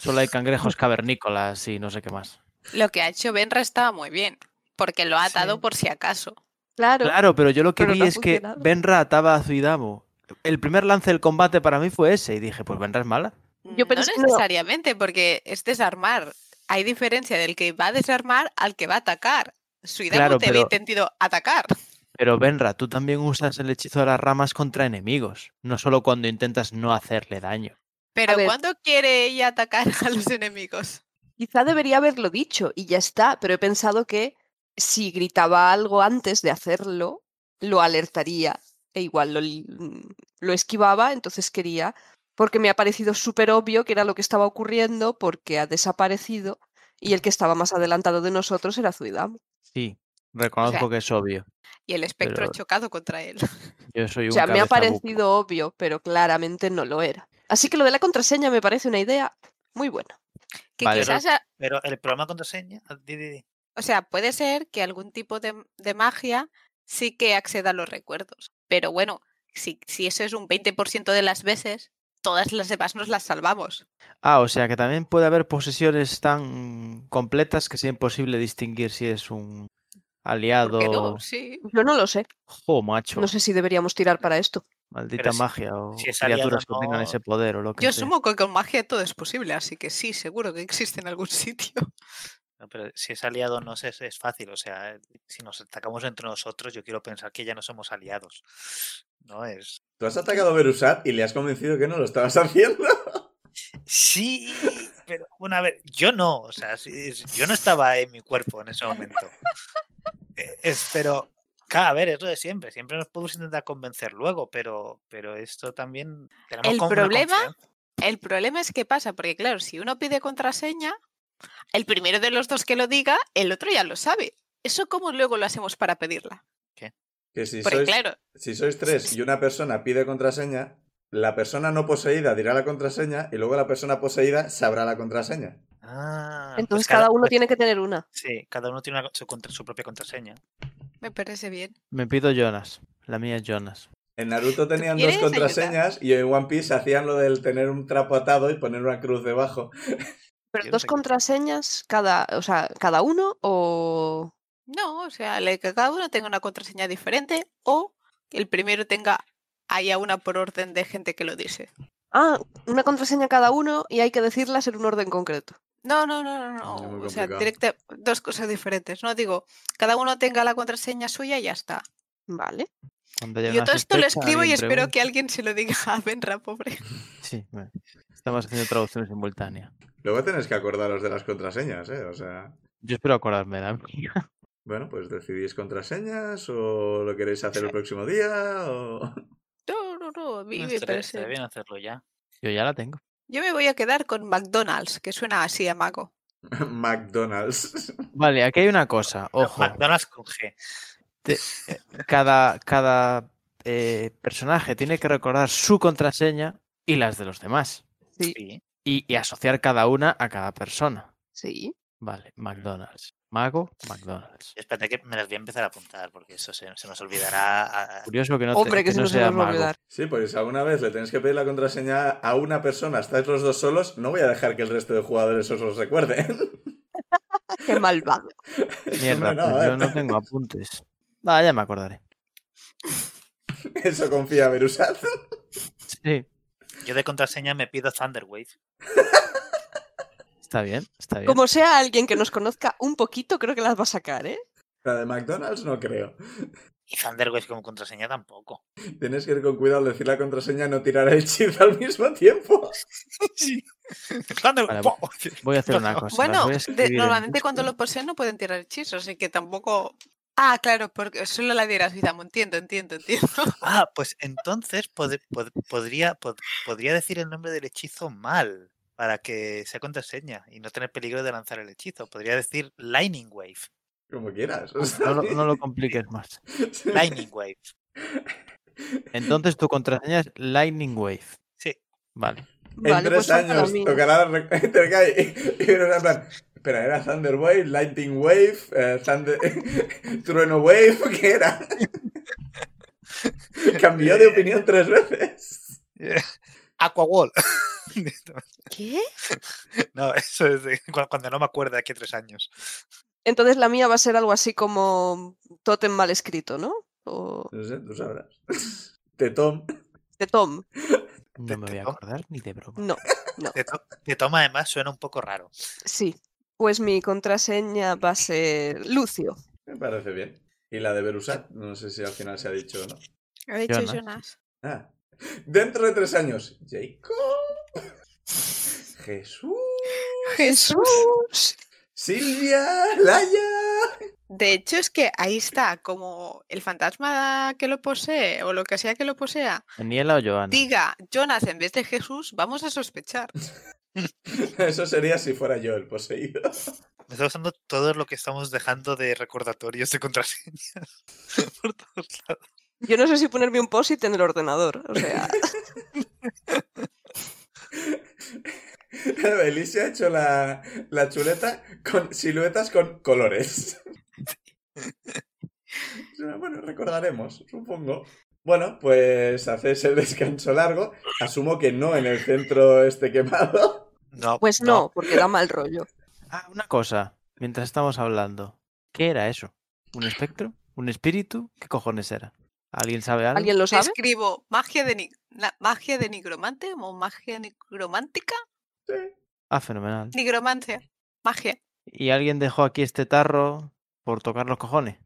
S5: Solo hay cangrejos cavernícolas y no sé qué más.
S4: Lo que ha hecho Benra estaba muy bien, porque lo ha atado por si acaso.
S3: Claro.
S5: Claro, pero yo lo que
S3: pero
S5: vi
S3: no ha
S5: es que
S3: funcionado.
S5: Benra ataba a Zuidamo. El primer lance del combate para mí fue ese y dije, pues Benra es mala.
S3: Yo pensé- no.
S4: Mm, no necesariamente, porque es desarmar. Hay diferencia del que va a desarmar al que va a atacar. Su idea
S5: Claro,
S4: te
S5: pero-
S4: había intentado atacar.
S5: Pero Benra, tú también usas el hechizo de las ramas contra enemigos, no solo cuando intentas no hacerle daño.
S4: Pero
S3: ver.
S4: ¿cuándo quiere ella atacar (laughs) a los enemigos?
S3: Quizá debería haberlo dicho y ya está, pero he pensado que si gritaba algo antes de hacerlo, lo alertaría e igual lo, li- mm, lo esquivaba, entonces quería, porque me ha parecido súper obvio que era lo que estaba ocurriendo, porque ha desaparecido y el que estaba más adelantado de nosotros era Zuidam.
S5: Sí, reconozco que es obvio.
S4: Y el espectro
S5: Pero-
S4: ha chocado contra él. (laughs)
S5: Yo soy un
S3: O sea, me ha
S5: cabezabuco.
S3: parecido obvio, pero claramente no lo era. Así que lo de la contraseña me parece una idea muy buena.
S4: Que
S5: Vale.
S4: quizás a-
S1: Pero el programa contraseña. ah, di, di, di.
S4: O sea, puede ser que algún tipo de, de magia sí que acceda a los recuerdos. Pero bueno, si, si eso es un 20% de las veces, todas las demás nos las salvamos.
S5: Ah, o sea que también puede haber posesiones tan completas que sea imposible distinguir si es un
S4: ¿Por
S5: aliado.
S4: qué no? Sí.
S3: Yo no lo sé,
S5: Jo, macho,
S3: no sé si deberíamos tirar para esto.
S5: maldita
S1: si-
S5: magia o
S1: si es aliado,
S5: criaturas que tengan
S1: no-
S5: ese poder o lo que
S4: Yo
S5: sea.
S4: asumo que con magia todo es posible, así que sí, seguro que existe en algún (laughs) sitio.
S1: No, pero si es aliado no es, es fácil, o sea, eh, si nos atacamos entre nosotros, yo quiero pensar que ya no somos aliados. No es.
S2: (laughs) Tú has atacado a Berusat y le has convencido que no lo estabas haciendo.
S1: Sí, pero bueno, a ver, yo no, o sea, si- si- yo no estaba en mi cuerpo en ese momento. Eh, Es, pero, claro, a ver, es lo de siempre, siempre nos podemos intentar convencer luego, pero, pero esto también tenemos
S4: El
S1: como una
S4: problema-
S1: confianza.
S4: El problema es que pasa, porque claro, si uno pide contraseña, el primero de los dos que lo diga, el otro ya lo sabe. ¿Eso cómo luego lo hacemos para pedirla?
S2: Que si
S4: Porque
S2: sois,
S4: claro,
S2: si sois tres y una persona pide contraseña, la persona no poseída dirá la contraseña y luego la persona poseída sabrá la contraseña.
S1: Ah, pues
S3: Entonces cada uno
S1: pues
S3: tiene que tener una.
S1: Sí, cada uno tiene una- su, contra- su propia contraseña.
S6: Me parece bien.
S5: Me pido Jonas. La mía es Jonas.
S2: En Naruto tenían dos
S4: quieres ayudar?
S2: contraseñas y en One Piece hacían lo del tener un trapo atado y poner una cruz debajo.
S3: Pero
S1: Yo
S3: dos
S1: sé que-
S3: contraseñas cada, o sea, cada uno o
S4: no, o sea, le- que cada uno tenga una contraseña diferente o que el primero tenga, haya una por orden de gente que lo dice.
S3: ah, una contraseña cada uno y hay que decirlas en un orden concreto.
S4: No, no, no,
S2: Es
S4: no,
S2: muy
S4: no. O sea,
S2: complicado.
S4: directa, dos cosas diferentes. No digo, cada uno tenga la contraseña suya y ya está.
S3: Vale.
S5: Cuando haya
S4: Yo
S5: una
S4: todo esto lo
S5: sospecha,
S4: escribo y
S5: alguien
S4: espero que alguien se lo diga (laughs) a Benra, pobre.
S5: pregunta. Sí, bueno, estamos haciendo traducción simultánea.
S2: Luego tenéis que acordaros de las contraseñas, ¿eh? O sea,
S5: Yo espero acordarme de la mía.
S2: bueno, pues decidís contraseñas o lo queréis hacer el próximo día o... (laughs)
S4: No, no, no, a mí
S1: No,
S4: me
S1: estaría- estaría
S4: parece.
S1: bien hacerlo ya.
S5: Yo ya la tengo.
S4: Yo me voy a quedar con McDonald's, que suena así a mago.
S2: McDonald's.
S5: Vale, aquí hay una cosa.
S1: No,
S5: Ojo.
S1: McDonald's con G.
S5: Cada, cada eh, personaje tiene que recordar su contraseña y las de los demás.
S3: Sí.
S1: Sí.
S5: Y, y asociar cada una a cada persona.
S3: Sí.
S5: Vale, McDonald's. Mago, McDonald's.
S1: Yo espérate que me las voy a empezar a apuntar, porque eso se, se nos olvidará. a- a-
S5: Curioso que no, te-
S3: Hombre, que,
S5: que
S3: si
S5: no
S3: no se
S5: sea
S3: nos va a
S5: mago.
S3: olvidar.
S2: Sí, pues alguna vez le tenéis que pedir la contraseña a una persona, estáis los dos solos, no voy a dejar que el resto de jugadores os lo recuerden. (laughs)
S3: Qué malvado.
S5: Mierda,
S2: Hombre, no,
S5: pues
S2: a
S5: yo
S2: ver.
S5: no tengo apuntes. Vaya, ya me acordaré.
S2: Eso confía Berusat.
S5: Sí,
S1: Yo de contraseña me pido Thunderwave.
S5: está bien, está bien.
S3: Como sea alguien que nos conozca un poquito, creo que las va a sacar, ¿eh?
S2: La de McDonald's no creo.
S1: Y Thunderwave como contraseña
S4: (laughs)
S1: tampoco.
S2: Tienes que ir con cuidado al decir la contraseña, no tirar el chip al mismo tiempo.
S1: (laughs) Thunderwave.
S5: Vale, (laughs)
S1: ¡po!
S5: Voy a hacer una cosa. las
S4: bueno,
S5: voy a
S4: de-
S5: escribir en
S4: normalmente cuando
S5: Discord.
S4: lo poseen no pueden tirar hechizos, así que tampoco... Ah, claro, porque solo la dirás, Vidamo, entiendo, entiendo, entiendo.
S5: (laughs)
S1: Ah, pues entonces pod- pod- podría, pod- podría decir el nombre del hechizo mal para que sea contraseña y no tener peligro de lanzar el hechizo. Podría decir Lightning Wave.
S2: Como quieras. o sea,
S5: No lo, no lo compliques más.
S4: (laughs)
S1: Lightning Wave.
S5: Entonces tu contraseña es Lightning Wave.
S1: Sí.
S5: Vale.
S2: En
S3: Vale,
S2: tres
S3: pues saca la
S2: años
S3: mía.
S2: tocará (laughs) rec- tocará- y- y Berusat en plan, Espera, ¿era Thunder Wave, Lightning Wave, eh, Thunder... (laughs) Trueno Wave? ¿Qué era? Cambió de opinión tres veces.
S1: (laughs) Aquawall.
S3: ¿Qué?
S1: No, eso es de (laughs) cu- cuando no me acuerdo de aquí a tres años.
S3: Entonces la mía va a ser algo así como Totem mal escrito, ¿no? O
S2: No sé, tú sabrás. (laughs) Tetom.
S3: de Tom.
S5: No me voy a acordar ni de broma.
S3: No,
S1: Te, to- te toma además, suena un poco raro.
S3: sí. Pues mi contraseña va a ser Lucio.
S2: Me parece bien. Y la de Berusat, no sé si al final se ha dicho o no.
S4: Ha dicho
S5: Jonas.
S4: (laughs) Jonas.
S2: Ah. Dentro de tres años, Jacob. (laughs) Jesús.
S3: Jesús.
S2: Silvia. Laia.
S4: De hecho, es que ahí está, como el fantasma que lo posee o lo que sea que lo posea,
S5: Daniela o Joana.
S4: diga Jonas en vez de Jesús, vamos a sospechar.
S2: (laughs) Eso sería si fuera yo el poseído.
S1: Me está usando todo lo que estamos dejando de recordatorios de contraseñas (laughs) por todos lados.
S3: Yo no sé si ponerme un post-it en el ordenador.
S2: (laughs)
S3: O sea,
S2: (laughs) Elise ha hecho la, la chuleta con siluetas con
S3: (laughs)
S2: colores. Bueno, recordaremos, supongo. Bueno, pues hacéis el descanso largo. Asumo que no en el centro este quemado.
S1: No,
S3: pues no, porque da mal rollo.
S5: Ah, una cosa. Mientras estamos hablando. ¿Qué era eso? ¿Un espectro? ¿Un espíritu? ¿Qué cojones era? ¿Alguien sabe algo?
S3: ¿Alguien lo
S4: Te
S3: sabe?
S4: escribo magia de, ni- la- magia de nigromante o magia nigromántica.
S5: Ah, fenomenal.
S4: Nigromancia. Magia.
S5: ¿Y alguien dejó aquí este tarro por tocar los cojones?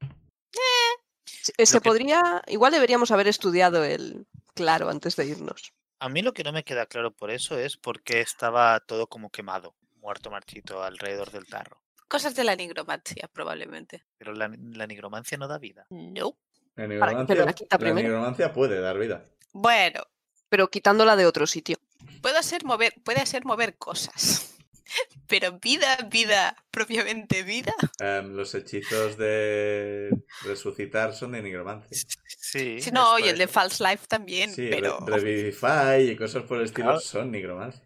S3: Se- eh, Se
S1: que-
S3: podría. Igual deberíamos haber estudiado el claro antes de irnos.
S1: A mí lo que no me queda claro por eso es por qué estaba todo como quemado. muerto marchito alrededor del tarro.
S6: Cosas de la nigromancia, probablemente.
S1: Pero la, la nigromancia no da vida.
S6: No.
S2: La
S3: Para- pero la
S2: nigromancia,
S3: quita
S2: la
S3: primero.
S2: nigromancia puede dar vida.
S6: Bueno,
S3: Pero quitándola de otro sitio.
S6: puedo hacer mover, puede hacer mover cosas. (laughs) Pero vida, vida, propiamente vida.
S2: Em, los hechizos de resucitar son de nigromancia.
S1: Sí.
S6: Si no,
S1: es
S6: y el de
S1: por eso.
S6: False Life también,
S2: Sí, re-
S6: pero. (laughs)
S2: Revivify y cosas por el estilo
S1: Claro.
S2: son nigromancia.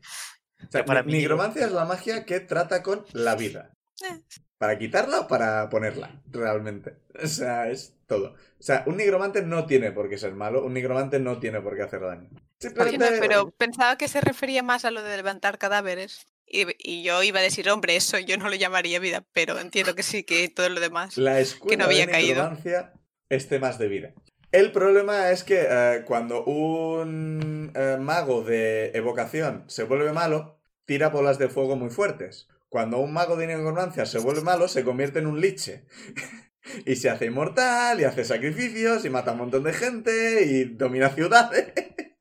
S2: O sea,
S1: Que para
S2: ni-
S1: mí-
S2: nigromancia es la magia que trata con la vida.
S6: Eh.
S2: Para quitarla o para ponerla, realmente. (laughs) O sea, es todo. O sea, un nigromante no tiene por qué ser malo, un nigromante no tiene por qué hacer daño.
S6: Sí, no,
S2: Simplemente-
S6: pero pensaba que se refería más a lo de levantar cadáveres. Y, y yo iba a decir, hombre, eso yo no lo llamaría vida, pero entiendo que sí, que todo lo demás.
S2: La escuela
S6: no había
S2: de
S6: caído.
S2: nigromancia es temas de vida. El problema es que eh, cuando un eh, mago de evocación se vuelve malo, tira bolas de fuego muy fuertes. Cuando un mago de nigromancia se vuelve malo, se convierte en un liche. (laughs) y se hace inmortal, y hace sacrificios, y mata a un montón de gente, y domina ciudades. (laughs)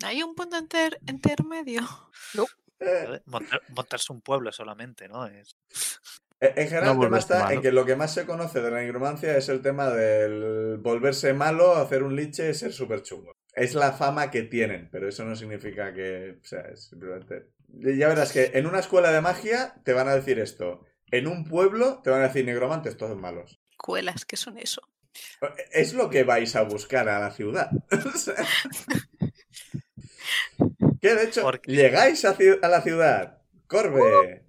S6: ¿No hay un punto enter- intermedio? (laughs)
S2: Eh,
S1: Montar- montarse un pueblo solamente, ¿no? Es-
S2: En general,
S5: No
S2: el tema
S5: volverse
S2: está en
S5: malo.
S2: que lo que más se conoce de la nigromancia es el tema del volverse malo, hacer un liche y ser súper chungo. Es la fama que tienen, pero eso no significa que. O sea, es simplemente. Ya verás que en una escuela de magia te van a decir esto. En un pueblo te van a decir nigromantes, todos malos.
S6: Cuelas, ¿qué son eso?
S2: Es lo que vais a buscar a la ciudad. (laughs) O sea, que de hecho,
S1: Porque-
S2: llegáis a, ci- a la ciudad. Corbe,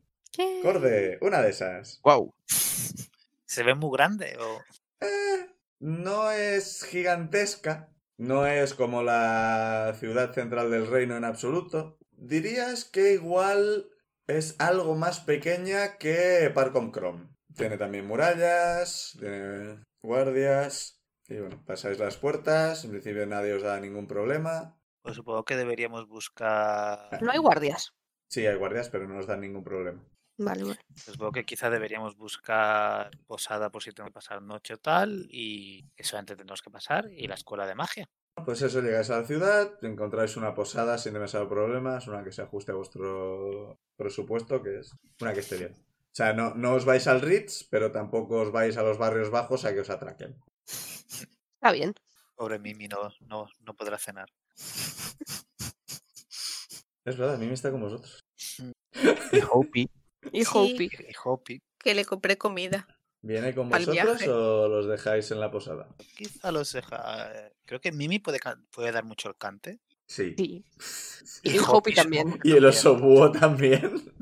S2: Corde, una de esas.
S5: ¡Wow!
S1: ¿Se ve muy grande? O...
S2: Eh, no es gigantesca, no es como la ciudad central del reino en absoluto. Dirías que igual es algo más pequeña que Parcom Chrome. Tiene también murallas, tiene guardias. Y bueno, pasáis las puertas, en principio nadie os da ningún problema.
S1: Pues supongo que deberíamos buscar.
S3: No hay guardias.
S2: Sí, hay guardias, pero no os dan ningún problema.
S3: Vale, vale.
S1: Supongo que quizá deberíamos buscar posada por si tengo que pasar noche o tal. Y eso antes tenemos que pasar. Y la escuela de magia.
S2: Pues eso, llegáis a la ciudad, encontráis una posada sin demasiados problemas, una que se ajuste a vuestro presupuesto, que es una que esté bien. O sea, no, no os vais al Ritz, pero tampoco os vais a los barrios bajos a que os atraquen.
S3: Está bien.
S1: Pobre Mimi no, no, no podrá cenar.
S2: Es verdad, a mí me está con vosotros.
S5: Y Hopi.
S3: Y
S6: Sí.
S3: Hopi.
S1: Y Hopi,
S6: Que le compré comida.
S2: ¿Viene con
S6: Pa'l
S2: vosotros
S6: viaje.
S2: o los dejáis en la posada?
S1: quizá los deja. eh, Creo que Mimi puede, can- puede dar mucho el cante.
S2: Sí.
S3: Sí. Y Hopi también.
S2: Y el oso búho también.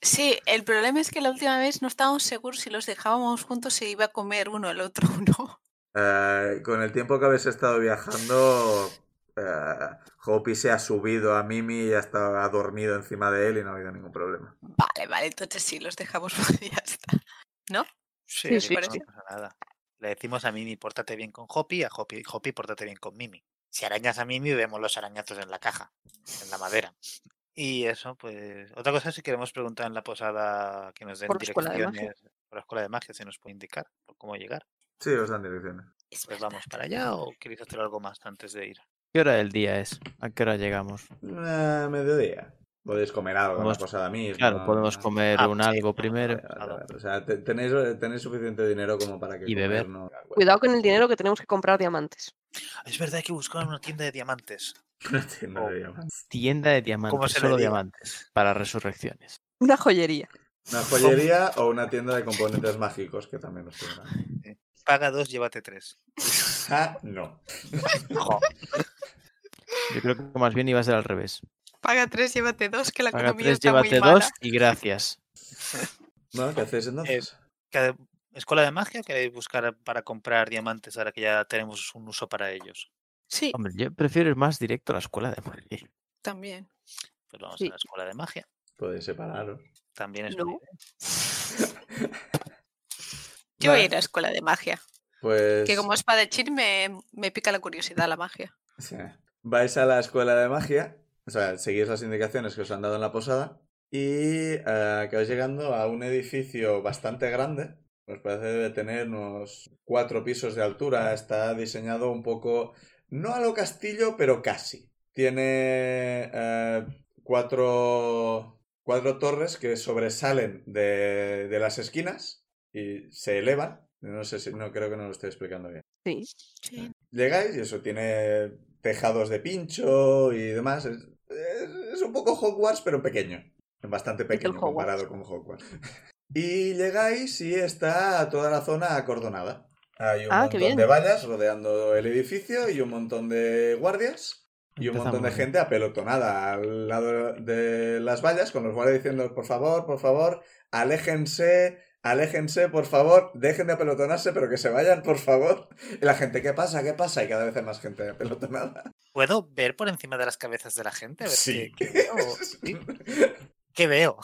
S6: Sí, el problema es que la última vez no estábamos seguros si los dejábamos juntos se iba a comer uno el otro (laughs) o no.
S2: Eh, con el tiempo que habéis estado viajando, eh, Hopi se ha subido a Mimi y ha, estado, ha dormido encima de él y no ha habido ningún problema.
S6: Vale, vale, entonces sí, los dejamos (laughs) y ya está.
S1: Sí,
S3: Sí,
S1: le
S3: sí,
S1: digo,
S6: sí.
S1: no pasa nada. Le decimos a Mimi, pórtate bien con Hopi, a Hopi, Hopi, pórtate bien con Mimi. Si arañas a Mimi, vemos los arañazos en la caja, en la madera. Y eso, pues. Otra cosa, si queremos preguntar en la posada que nos den
S3: Por la escuela de magia.
S1: direcciones por la escuela de magia, si nos puede indicar por cómo llegar.
S2: Sí, os dan direcciones.
S6: Es
S1: Pues
S6: verdad.
S1: vamos para allá o queréis hacer algo más antes de ir.
S5: ¿Qué hora del día es? ¿A qué hora llegamos?
S2: Eh, mediodía. Podéis comer algo,
S5: Podemos-
S2: una posada misma.
S5: Claro, podemos comer
S1: Eh, Ah,
S5: un
S1: sí,
S5: algo
S1: no,
S5: primero.
S2: Vale, vale, vale. O sea, te- tenéis, tenéis suficiente dinero como para que.
S5: Y beber.
S2: comer
S6: (laughs)
S2: no-
S3: Cuidado con el dinero que tenemos que comprar diamantes.
S1: Es verdad que buscar una tienda de diamantes.
S2: (laughs) Una tienda
S6: Oh.
S2: de diamantes.
S5: Tienda de diamantes,
S1: se le
S5: solo
S1: diga?
S5: diamantes. Para resurrecciones.
S3: Una joyería.
S2: Una joyería o una tienda de componentes mágicos que también nos tendrá.
S1: Paga dos, llévate tres.
S2: Ah, no.
S1: Jo,
S5: Yo creo que más bien iba a ser al revés.
S6: Paga tres, llévate dos, que la
S5: Paga
S6: economía
S5: tres,
S6: está muy
S5: llévate
S6: mala.
S5: dos y gracias.
S2: Bueno, ¿qué hacéis entonces?
S1: ¿que- ¿Escuela de magia o queréis buscar para comprar diamantes ahora que ya tenemos un uso para ellos?
S6: Sí,
S5: Hombre, yo prefiero ir más directo a la escuela de magia.
S6: también.
S1: Pues vamos a
S3: Sí.
S1: la escuela de magia.
S2: Podéis separaros.
S1: También es
S3: No.
S1: muy
S6: Yo voy a
S2: Vale,
S6: ir a la escuela de magia.
S2: Pues.
S6: Que como espadachín me, me pica la curiosidad la magia.
S2: Sí. Vais a la escuela de magia, o sea, seguís las indicaciones que os han dado en la posada y eh, acabáis llegando a un edificio bastante grande. Os parece que debe tener unos cuatro pisos de altura. Está diseñado un poco, no a lo castillo, pero casi. Tiene eh, cuatro, cuatro torres que sobresalen de, de las esquinas y se elevan. No sé si, no creo que no lo estoy explicando bien.
S3: Sí.
S7: Sí.
S2: Llegáis y eso tiene tejados de pincho y demás. Es, es- es un poco Hogwarts, pero pequeño. Bastante pequeño
S3: Hogwarts.
S2: comparado con Hogwarts. Y llegáis y está toda la zona acordonada. Hay un
S3: Ah, qué
S2: montón
S3: bien.
S2: de vallas rodeando el edificio y un montón de guardias. Y un montón de
S5: Empezamos.
S2: gente apelotonada al lado de las vallas, con los guardias diciendo, por favor, por favor, aléjense, aléjense, por favor, dejen de apelotonarse, pero que se vayan, por favor. Y la gente, ¿qué pasa? ¿Qué pasa? Y cada vez hay más gente apelotonada.
S1: ¿Puedo ver por encima de las cabezas de la gente? A ver
S2: Sí.
S1: qué, qué veo. Sí. ¿Qué veo?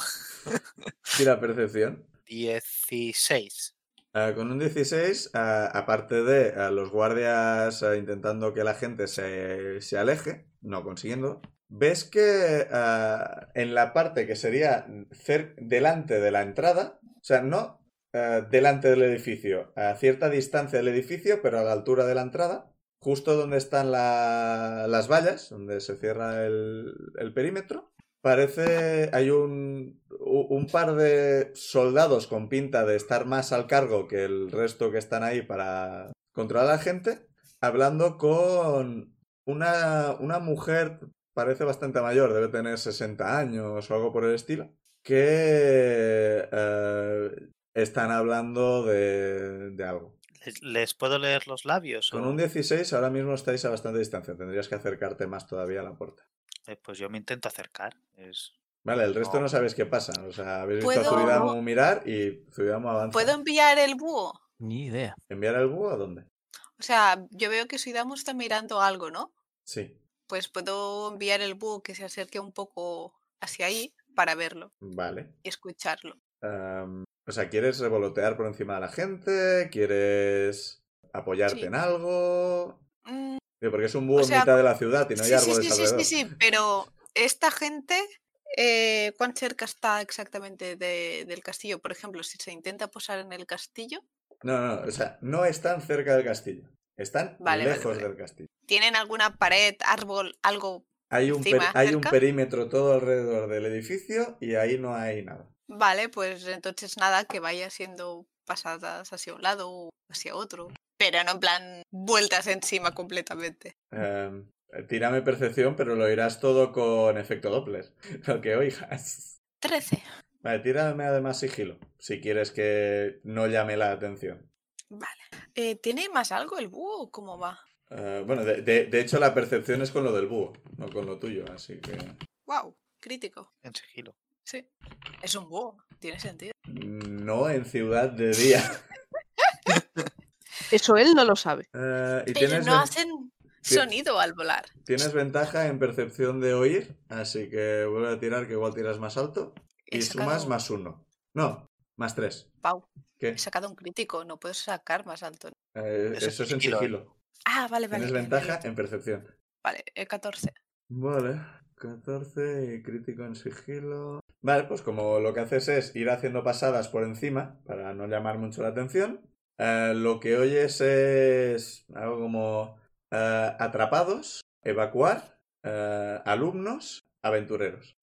S2: Tira percepción.
S1: 16.
S2: Ah, con un 16, ah, aparte de ah, los guardias ah, intentando que la gente se, se aleje, no consiguiendo, ves que ah, en la parte que sería cer- delante de la entrada, o sea, no ah, delante del edificio, a cierta distancia del edificio, pero a la altura de la entrada, justo donde están la- las vallas, donde se cierra el, el perímetro, Parece hay un, u- un par de soldados con pinta de estar más al cargo que el resto que están ahí para controlar a la gente, hablando con una, una mujer, parece bastante mayor, debe tener 60 años o algo por el estilo, que eh, están hablando de, de algo.
S1: ¿Les, les puedo leer los labios? o-
S2: Con un 16 ahora mismo estáis a bastante distancia, tendrías que acercarte más todavía a la puerta.
S1: Eh, Pues yo me intento acercar. Es...
S2: Vale, el resto
S1: No.
S2: no sabéis qué pasa. O sea, habéis visto
S4: ¿Puedo-
S2: a Zubidamu mirar y Zubidamu avanza.
S4: ¿Puedo enviar el búho?
S5: (laughs) Ni idea.
S2: ¿Enviar el búho a dónde?
S4: O sea, yo veo que Suidamu está mirando algo, ¿no?
S2: Sí.
S4: Pues puedo enviar el búho que se acerque un poco hacia ahí para verlo
S2: Vale.
S4: y escucharlo.
S2: Am, o sea, ¿quieres revolotear por encima de la gente? ¿Quieres apoyarte
S4: Sí.
S2: en algo?
S4: Mm,
S2: Digo, Porque es un búho
S4: O sea,
S2: en mitad de la ciudad y no hay
S4: sí, sí,
S2: árboles
S4: sí, sí,
S2: alrededor.
S4: sí, sí, pero esta gente, eh, ¿cuán cerca está exactamente de- del castillo? Por ejemplo, si se intenta posar en el castillo,
S2: No, no, o sea, no están cerca del castillo. Están
S4: Vale, vale,
S2: lejos
S4: vale.
S2: del castillo.
S4: ¿tienen alguna pared, árbol, algo?
S2: Hay un,
S4: Encima,
S2: peri- hay un
S4: cerca.
S2: perímetro todo alrededor del edificio y ahí no hay nada.
S4: Vale, pues entonces nada, que vaya siendo pasadas hacia un lado o hacia otro. Pero no en plan vueltas encima completamente.
S2: Em, tírame percepción, pero lo irás todo con efecto Doppler. (laughs) Lo que oigas.
S4: 13.
S2: Vale, tírame además sigilo, si quieres que no llame la atención.
S4: Vale. Eh, ¿Tiene más algo el búho o cómo va?
S2: Eh, bueno, de, de- de hecho la percepción es con lo del búho, no con lo tuyo, así que...
S4: Wow, crítico.
S1: En sigilo.
S4: Sí. Es un búho. Tiene sentido.
S2: No en ciudad de día. (laughs)
S3: Eso él no lo sabe.
S2: Eh, y
S4: Pero
S2: tienes,
S4: no
S2: ven-
S4: hacen
S2: tien-
S4: sonido al volar.
S2: tienes ventaja en percepción de oír, así que vuelve a tirar, que igual tiras más alto.
S4: He
S2: Y
S4: sacado-
S2: sumas más uno. No, más tres.
S4: Pau,
S2: ¿Qué?
S4: he sacado un crítico. No puedo sacar más alto.
S2: Eh,
S1: Eso
S2: eso,
S1: es
S2: es en
S1: sigilo, ¿eh?
S2: sigilo.
S4: Ah, vale, vale.
S2: Tienes
S4: vale,
S2: ventaja
S4: vale.
S2: en percepción.
S4: Vale, eh, 14.
S2: Vale, 14 y crítico en sigilo. Vale, pues como lo que haces es ir haciendo pasadas por encima para no llamar mucho la atención, eh, lo que oyes es algo como eh, atrapados, evacuar, eh, alumnos, aventureros.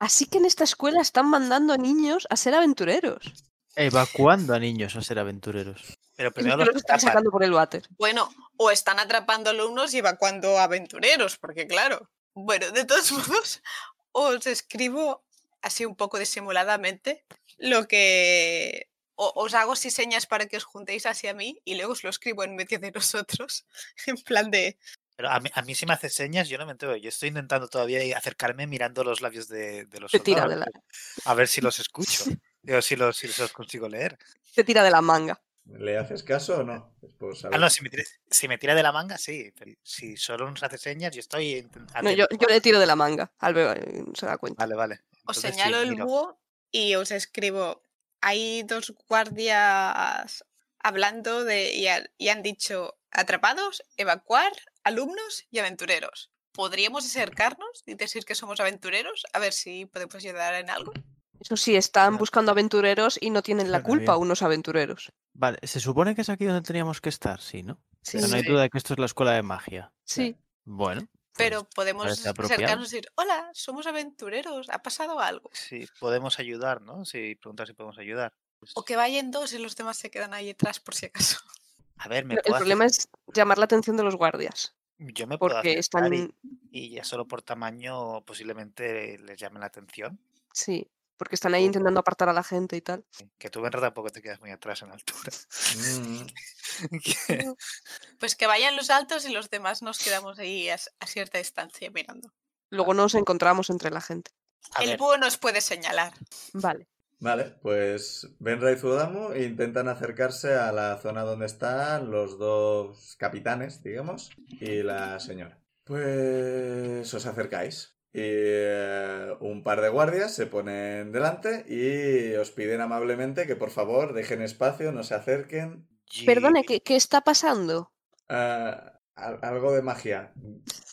S3: Así que en esta escuela están mandando a niños a ser aventureros.
S5: Evacuando a niños a ser aventureros.
S1: Pero
S3: Pero
S1: primero
S3: lo
S1: los
S3: están
S1: tapan.
S3: sacando por el váter.
S4: Bueno, o están atrapando alumnos y evacuando aventureros, porque claro. Bueno, de todos (laughs) modos, os escribo así un poco disimuladamente lo que o- os hago así señas para que os juntéis hacia mí y luego os lo escribo en medio de nosotros, (laughs) en plan de
S1: Pero a mí, a mí si me hace señas, yo no me entero. Yo estoy intentando todavía y acercarme mirando los labios de, de los
S3: Te tira de
S1: soldados, a ver si
S3: (laughs)
S1: los escucho. Digo, si los, si los consigo leer.
S3: Te tira de la manga.
S2: ¿Le haces caso o no? Es por saber.
S1: Ah, no, si me, tira, si me tira de la manga, sí. pero Si solo nos hace señas, yo estoy... inten-
S3: No,
S1: atento.
S3: yo, yo le tiro de la manga. Al bebé eh, se da cuenta.
S1: Vale, vale.
S4: os
S1: Entonces sí,
S4: señalo el
S1: miro.
S4: búho y os escribo. Hay dos guardias hablando de y, ha- y han dicho atrapados, evacuar, alumnos y aventureros. ¿Podríamos acercarnos y decir que somos aventureros? A ver si podemos ayudar en algo.
S1: Pues,
S3: Eso sí, están buscando aventureros y no tienen la
S5: Suena
S3: culpa
S5: bien.
S3: unos aventureros.
S5: Vale, se supone que es aquí donde teníamos que estar, sí, ¿no?
S3: Sí,
S5: Pero no hay
S4: Sí.
S5: duda de que esto es la escuela de magia.
S3: sí.
S5: Bueno, pues
S6: Pero podemos
S5: parece apropiado.
S6: acercarnos y decir, hola, somos aventureros, ha pasado algo.
S1: Sí, podemos ayudar, ¿no? Si preguntar si podemos ayudar. Pues
S6: O que vayan dos y los demás se quedan ahí atrás por si acaso. (laughs)
S1: A ver, me
S3: El
S1: puedo
S3: problema es llamar la atención de los guardias,
S1: hacer- yo me puedo
S3: porque
S1: acercar
S3: están...
S1: y- y ya solo por tamaño posiblemente les llame la atención.
S3: Sí, porque están ahí intentando apartar a la gente y tal.
S1: Que tú, verdad tampoco te quedas muy atrás en
S3: (laughs)
S1: altura. (laughs)
S2: Mm,
S1: Que-
S6: Pues que vayan los altos y los demás nos quedamos ahí a, a cierta distancia mirando.
S3: Luego nos encontramos entre la gente.
S1: a
S6: El
S1: ver,
S6: búho nos puede señalar.
S3: Vale.
S2: Vale, pues Benra y Zudamu intentan acercarse a la zona donde están los dos capitanes, digamos, y la señora. Pues os acercáis. Y eh, un par de guardias se ponen delante y os piden amablemente que por favor dejen espacio, no se acerquen.
S1: G-
S3: Perdone, ¿qué, qué está pasando?
S2: Ah, al- algo de magia.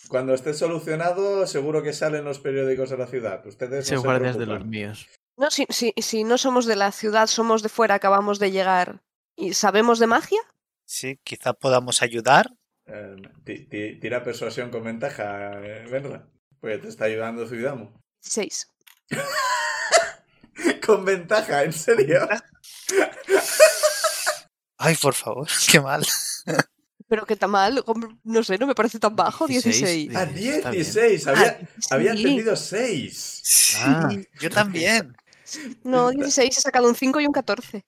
S2: Cuando esté solucionado, seguro que salen los periódicos de la ciudad. Ustedes no
S5: Son
S2: se
S5: guardias de los
S2: preocupan.
S5: míos.
S3: No, si, si, si no somos de la ciudad, somos de fuera, acabamos de llegar. ¿Y sabemos de magia?
S1: Sí, quizás podamos ayudar.
S2: Eh, ti- ti- tira persuasión con ventaja, eh, Benra. Pues te está ayudando Zuidamu.
S3: Seis.
S2: (laughs) con ventaja, ¿en serio?
S1: Ay, por favor, (laughs) qué mal.
S3: Pero qué tan mal, hombre, no sé, no me parece tan bajo, 16.
S5: 16.
S2: A
S5: Sí, está bien.
S2: 16, había,
S3: Ah,
S2: había
S3: Sí.
S2: entendido 6.
S1: Sí,
S5: Ah.
S1: yo también.
S3: No, 16, he sacado un 5 y un 14.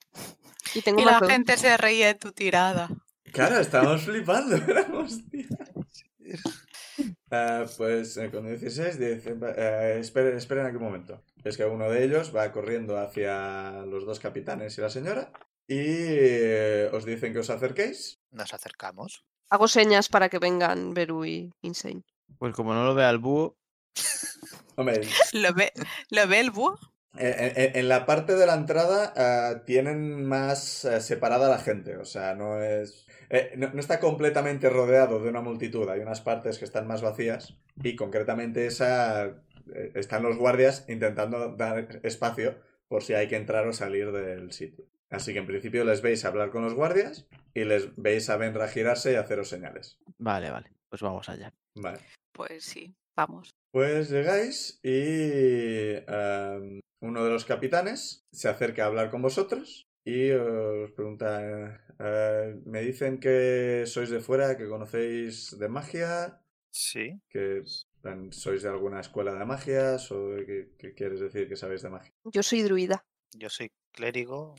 S3: Y tengo
S4: Y
S3: más
S4: la
S3: dos.
S4: gente se reía de tu tirada.
S2: Claro, estábamos flipando, (laughs) éramos tíos. Ah, pues eh, con 16, 10, eh, esperen, esperen aquí un momento. Es que uno de ellos va corriendo hacia los dos capitanes y la señora y eh, os dicen que os acerquéis.
S1: Nos acercamos.
S3: Hago señas para que vengan Beru y Insane.
S5: Pues como no lo vea el búho,
S2: Hombre,
S4: ¿Lo ve, lo ve el búho?
S2: Eh, En, en- en la parte de la entrada ah, tienen más eh, separada la gente, o sea, no es... eh, no, no está completamente rodeado de una multitud, hay unas partes que están más vacías y concretamente esa... eh, están los guardias intentando dar espacio por si hay que entrar o salir del sitio. Así que en principio les veis hablar con los guardias y les veis a Benra girarse y haceros señales.
S5: vale, vale. Pues vamos allá.
S2: Vale.
S4: Pues sí, vamos.
S2: Pues llegáis y em, uno de los capitanes se acerca a hablar con vosotros y os pregunta, eh, me dicen que sois de fuera, que conocéis de magia,
S1: Sí.
S2: que plan, sois de alguna escuela de magia, o ¿qué, qué quieres decir que sabéis de magia?
S3: Yo soy druida.
S1: Yo soy clérigo.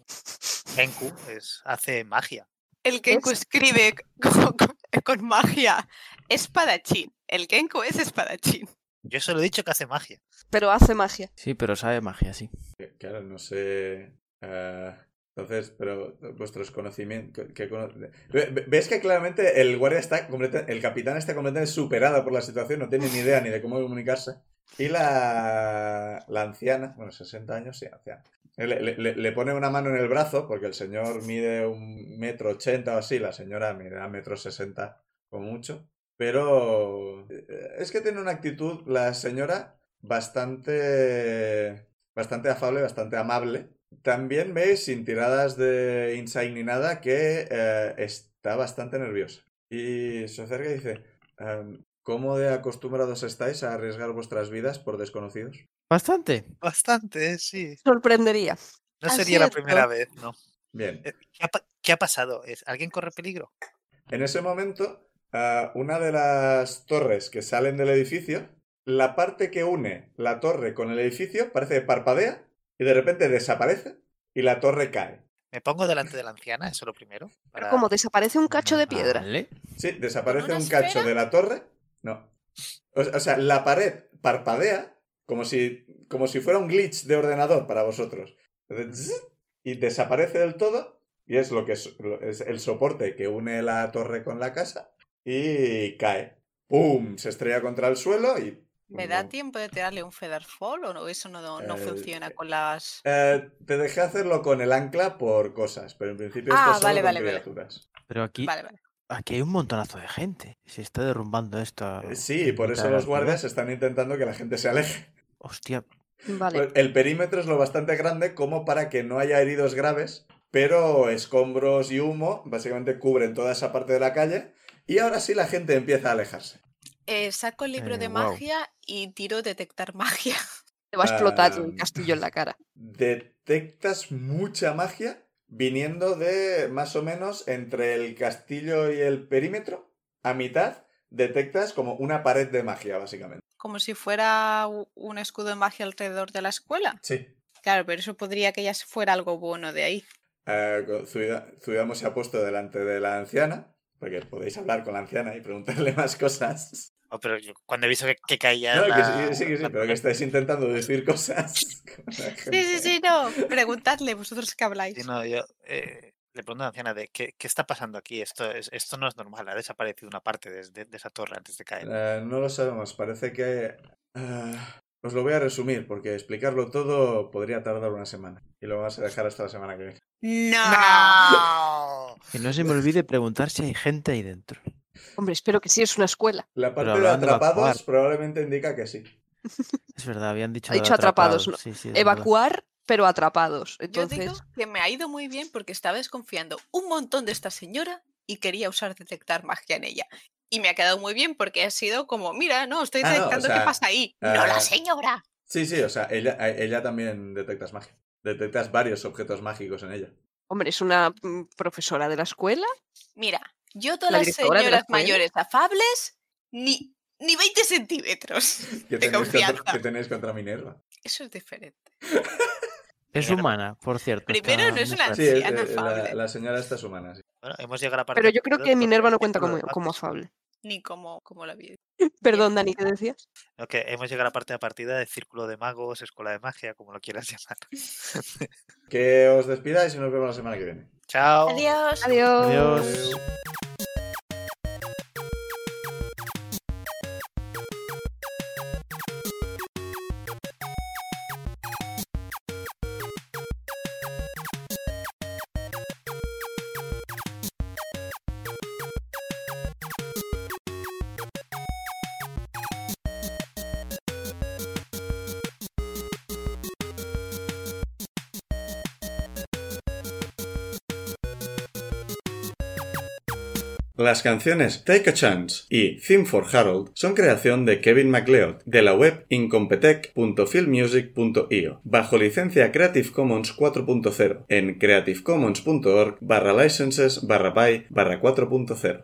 S1: Kenku es, hace magia.
S4: El Kenku
S3: Es-
S4: escribe (laughs) con, con- con magia espadachín. El Kenku es espadachín.
S1: Yo solo he dicho que hace magia.
S3: Pero hace magia.
S5: Sí, pero sabe magia, sí.
S2: Que- Eh, Claro, no sé... eh, entonces, pero vuestros conocimientos... que- que cono- Ve- ve- ¿Ves que claramente el guardia está completa- el capitán está completamente superado por la situación? No tiene ni idea ni de cómo comunicarse. Y la, la anciana, bueno, 60 años, sí, anciana. Le, le- le- le pone una mano en el brazo, porque el señor mide un metro ochenta o así, la señora mide un metro sesenta como mucho. Pero eh, es que tiene una actitud, la señora, bastante, bastante afable, bastante amable. También veis, sin tiradas de insight ni nada, que eh, está bastante nerviosa. Y se acerca y dice, em, ¿cómo de acostumbrados estáis a arriesgar vuestras vidas por desconocidos?
S5: Bastante.
S1: Bastante, sí.
S3: Sorprendería.
S1: No
S4: Ah,
S1: sería la
S4: cierto.
S1: primera vez, ¿no?
S2: Bien,
S1: ¿Qué ha, pa- qué ha pasado? ¿Es- ¿Alguien corre peligro?
S2: En ese momento, ah, una de las torres que salen del edificio, la parte que une la torre con el edificio parece que parpadea y de repente desaparece y la torre cae.
S1: Me pongo delante de la anciana, eso lo primero.
S3: Pero
S1: para-
S3: como desaparece un cacho de piedra.
S5: Vale.
S2: Sí, desaparece
S6: ¿Con una
S2: un cacho
S6: esfera?
S2: de la torre. No. O, o sea, la pared parpadea como si, como si fuera un glitch de ordenador para vosotros. Entonces, zzz, Y desaparece del todo. Y es lo que es, lo- es el soporte que une la torre con la casa. Y cae. ¡Pum! Se estrella contra el suelo y.
S4: ¿Me da
S2: no.
S4: tiempo de tirarle un feather fall o no? Eso no, no
S2: Eh,
S4: funciona con las...
S2: Eh, te dejé hacerlo con el ancla por cosas, pero en principio
S4: Ah,
S2: esto es solo
S4: vale,
S2: con
S4: vale, vale.
S2: criaturas.
S5: Pero aquí,
S4: Vale, vale.
S5: aquí hay un montonazo de gente. Se está derrumbando esto. a-
S2: Eh, Sí,
S5: en
S2: por
S5: mitad
S2: eso
S5: de la
S2: los
S5: ciudad.
S2: guardias están intentando que la gente se aleje.
S5: Hostia,
S3: Vale.
S2: Pues El perímetro es lo bastante grande como para que no haya heridos graves, pero escombros y humo básicamente cubren toda esa parte de la calle y ahora sí la gente empieza a alejarse.
S4: Eh, saco el libro
S5: Eh,
S4: de
S5: guau.
S4: magia y tiro detectar (laughs) magia.
S3: Te va a explotar
S2: Ah,
S3: el castillo en la cara.
S2: Detectas mucha magia viniendo de más o menos entre el castillo y el perímetro. A mitad detectas como una pared de magia, básicamente.
S4: Como si fuera u- un escudo de magia alrededor de la escuela.
S2: Sí.
S4: Claro, pero eso podría que ya se fuera algo bueno de ahí.
S2: Eh, con- Zuida- Zuidamo se ha puesto delante de la anciana, porque podéis hablar con la anciana y preguntarle (laughs) más cosas.
S1: Oh, pero yo cuando he visto que, que caía.
S2: No, que
S1: la-
S2: sí, sí, que sí,
S1: la-
S2: pero que estáis intentando decir cosas. (laughs) con la
S4: Sí, sí,
S2: gente.
S4: sí, no. Preguntadle vosotros que habláis.
S1: Sí, no, yo, eh, le pregunto a la anciana de ¿qué, qué está pasando aquí. Esto, es, esto no es normal. Ha desaparecido una parte de, de- de esa torre antes de caer.
S2: Eh, no lo sabemos, parece que... ah, os lo voy a resumir, porque explicarlo todo podría tardar una semana. Y lo vamos a dejar hasta la semana que viene.
S4: No.
S5: Que no se me olvide preguntar si hay gente ahí dentro.
S3: Hombre, espero que sí, es una escuela.
S2: La parte de
S5: hablaban de evacuar.
S2: atrapados probablemente indica que sí.
S5: Es verdad, habían dicho.
S3: Ha
S5: lo de
S3: dicho atrapados, ¿no?
S5: Sí, sí, es verdad.
S3: Evacuar, pero atrapados.
S4: Yo
S3: Entonces,
S4: digo que me ha ido muy bien porque estaba desconfiando un montón de esta señora y quería usar detectar magia en ella. Y me ha quedado muy bien porque ha sido como, mira, no, estoy
S2: Ah, no, o
S4: detectando
S2: sea,
S4: qué pasa ahí. no
S2: ah,
S4: la señora.
S2: Sí, sí, o sea, ella, a- ella también detectas magia. Detectas varios objetos mágicos en ella.
S3: hombre, es una mm, profesora de la escuela.
S4: Mira, yo todas
S3: ¿la
S4: las
S3: directora de la
S4: señoras
S3: escuela?
S4: mayores afables, ni, ni 20 centímetros. (laughs)
S2: ¿Qué
S4: De
S2: tenéis, contra,
S4: confianza.
S2: qué tenéis contra Minerva?
S4: Eso es diferente.
S5: Es
S1: Claro.
S5: humana, por cierto.
S4: Primero,
S5: está
S4: no es
S5: muy
S4: una
S5: fácil.
S2: Sí, es-
S4: anciana
S2: eh, la,
S4: afable.
S2: la señora esta es humana. sí.
S1: Bueno, hemos llegado a la parte.
S3: Pero
S1: del
S3: yo creo
S1: corredor
S3: que
S1: porque
S3: Minerva no
S1: hemos
S3: cuenta
S1: llegado a
S3: como,
S1: la parte-
S3: como afable.
S4: Ni como, como la vida.
S3: Perdón, Dani, ¿qué decías?
S1: no, que hemos llegado a la parte de partida de Círculo de Magos, Escuela de Magia, como lo quieras (laughs) llamar.
S2: Que os despidáis y nos vemos la semana que viene.
S1: Chao.
S4: Adiós.
S3: Adiós.
S5: Adiós.
S2: Las canciones Take a Chance y Theme for Harold son creación de Kevin MacLeod de la web incompetech.filmmusic.io bajo licencia Creative Commons 4.0 en creativecommons.org barra licenses barra by barra 4.0.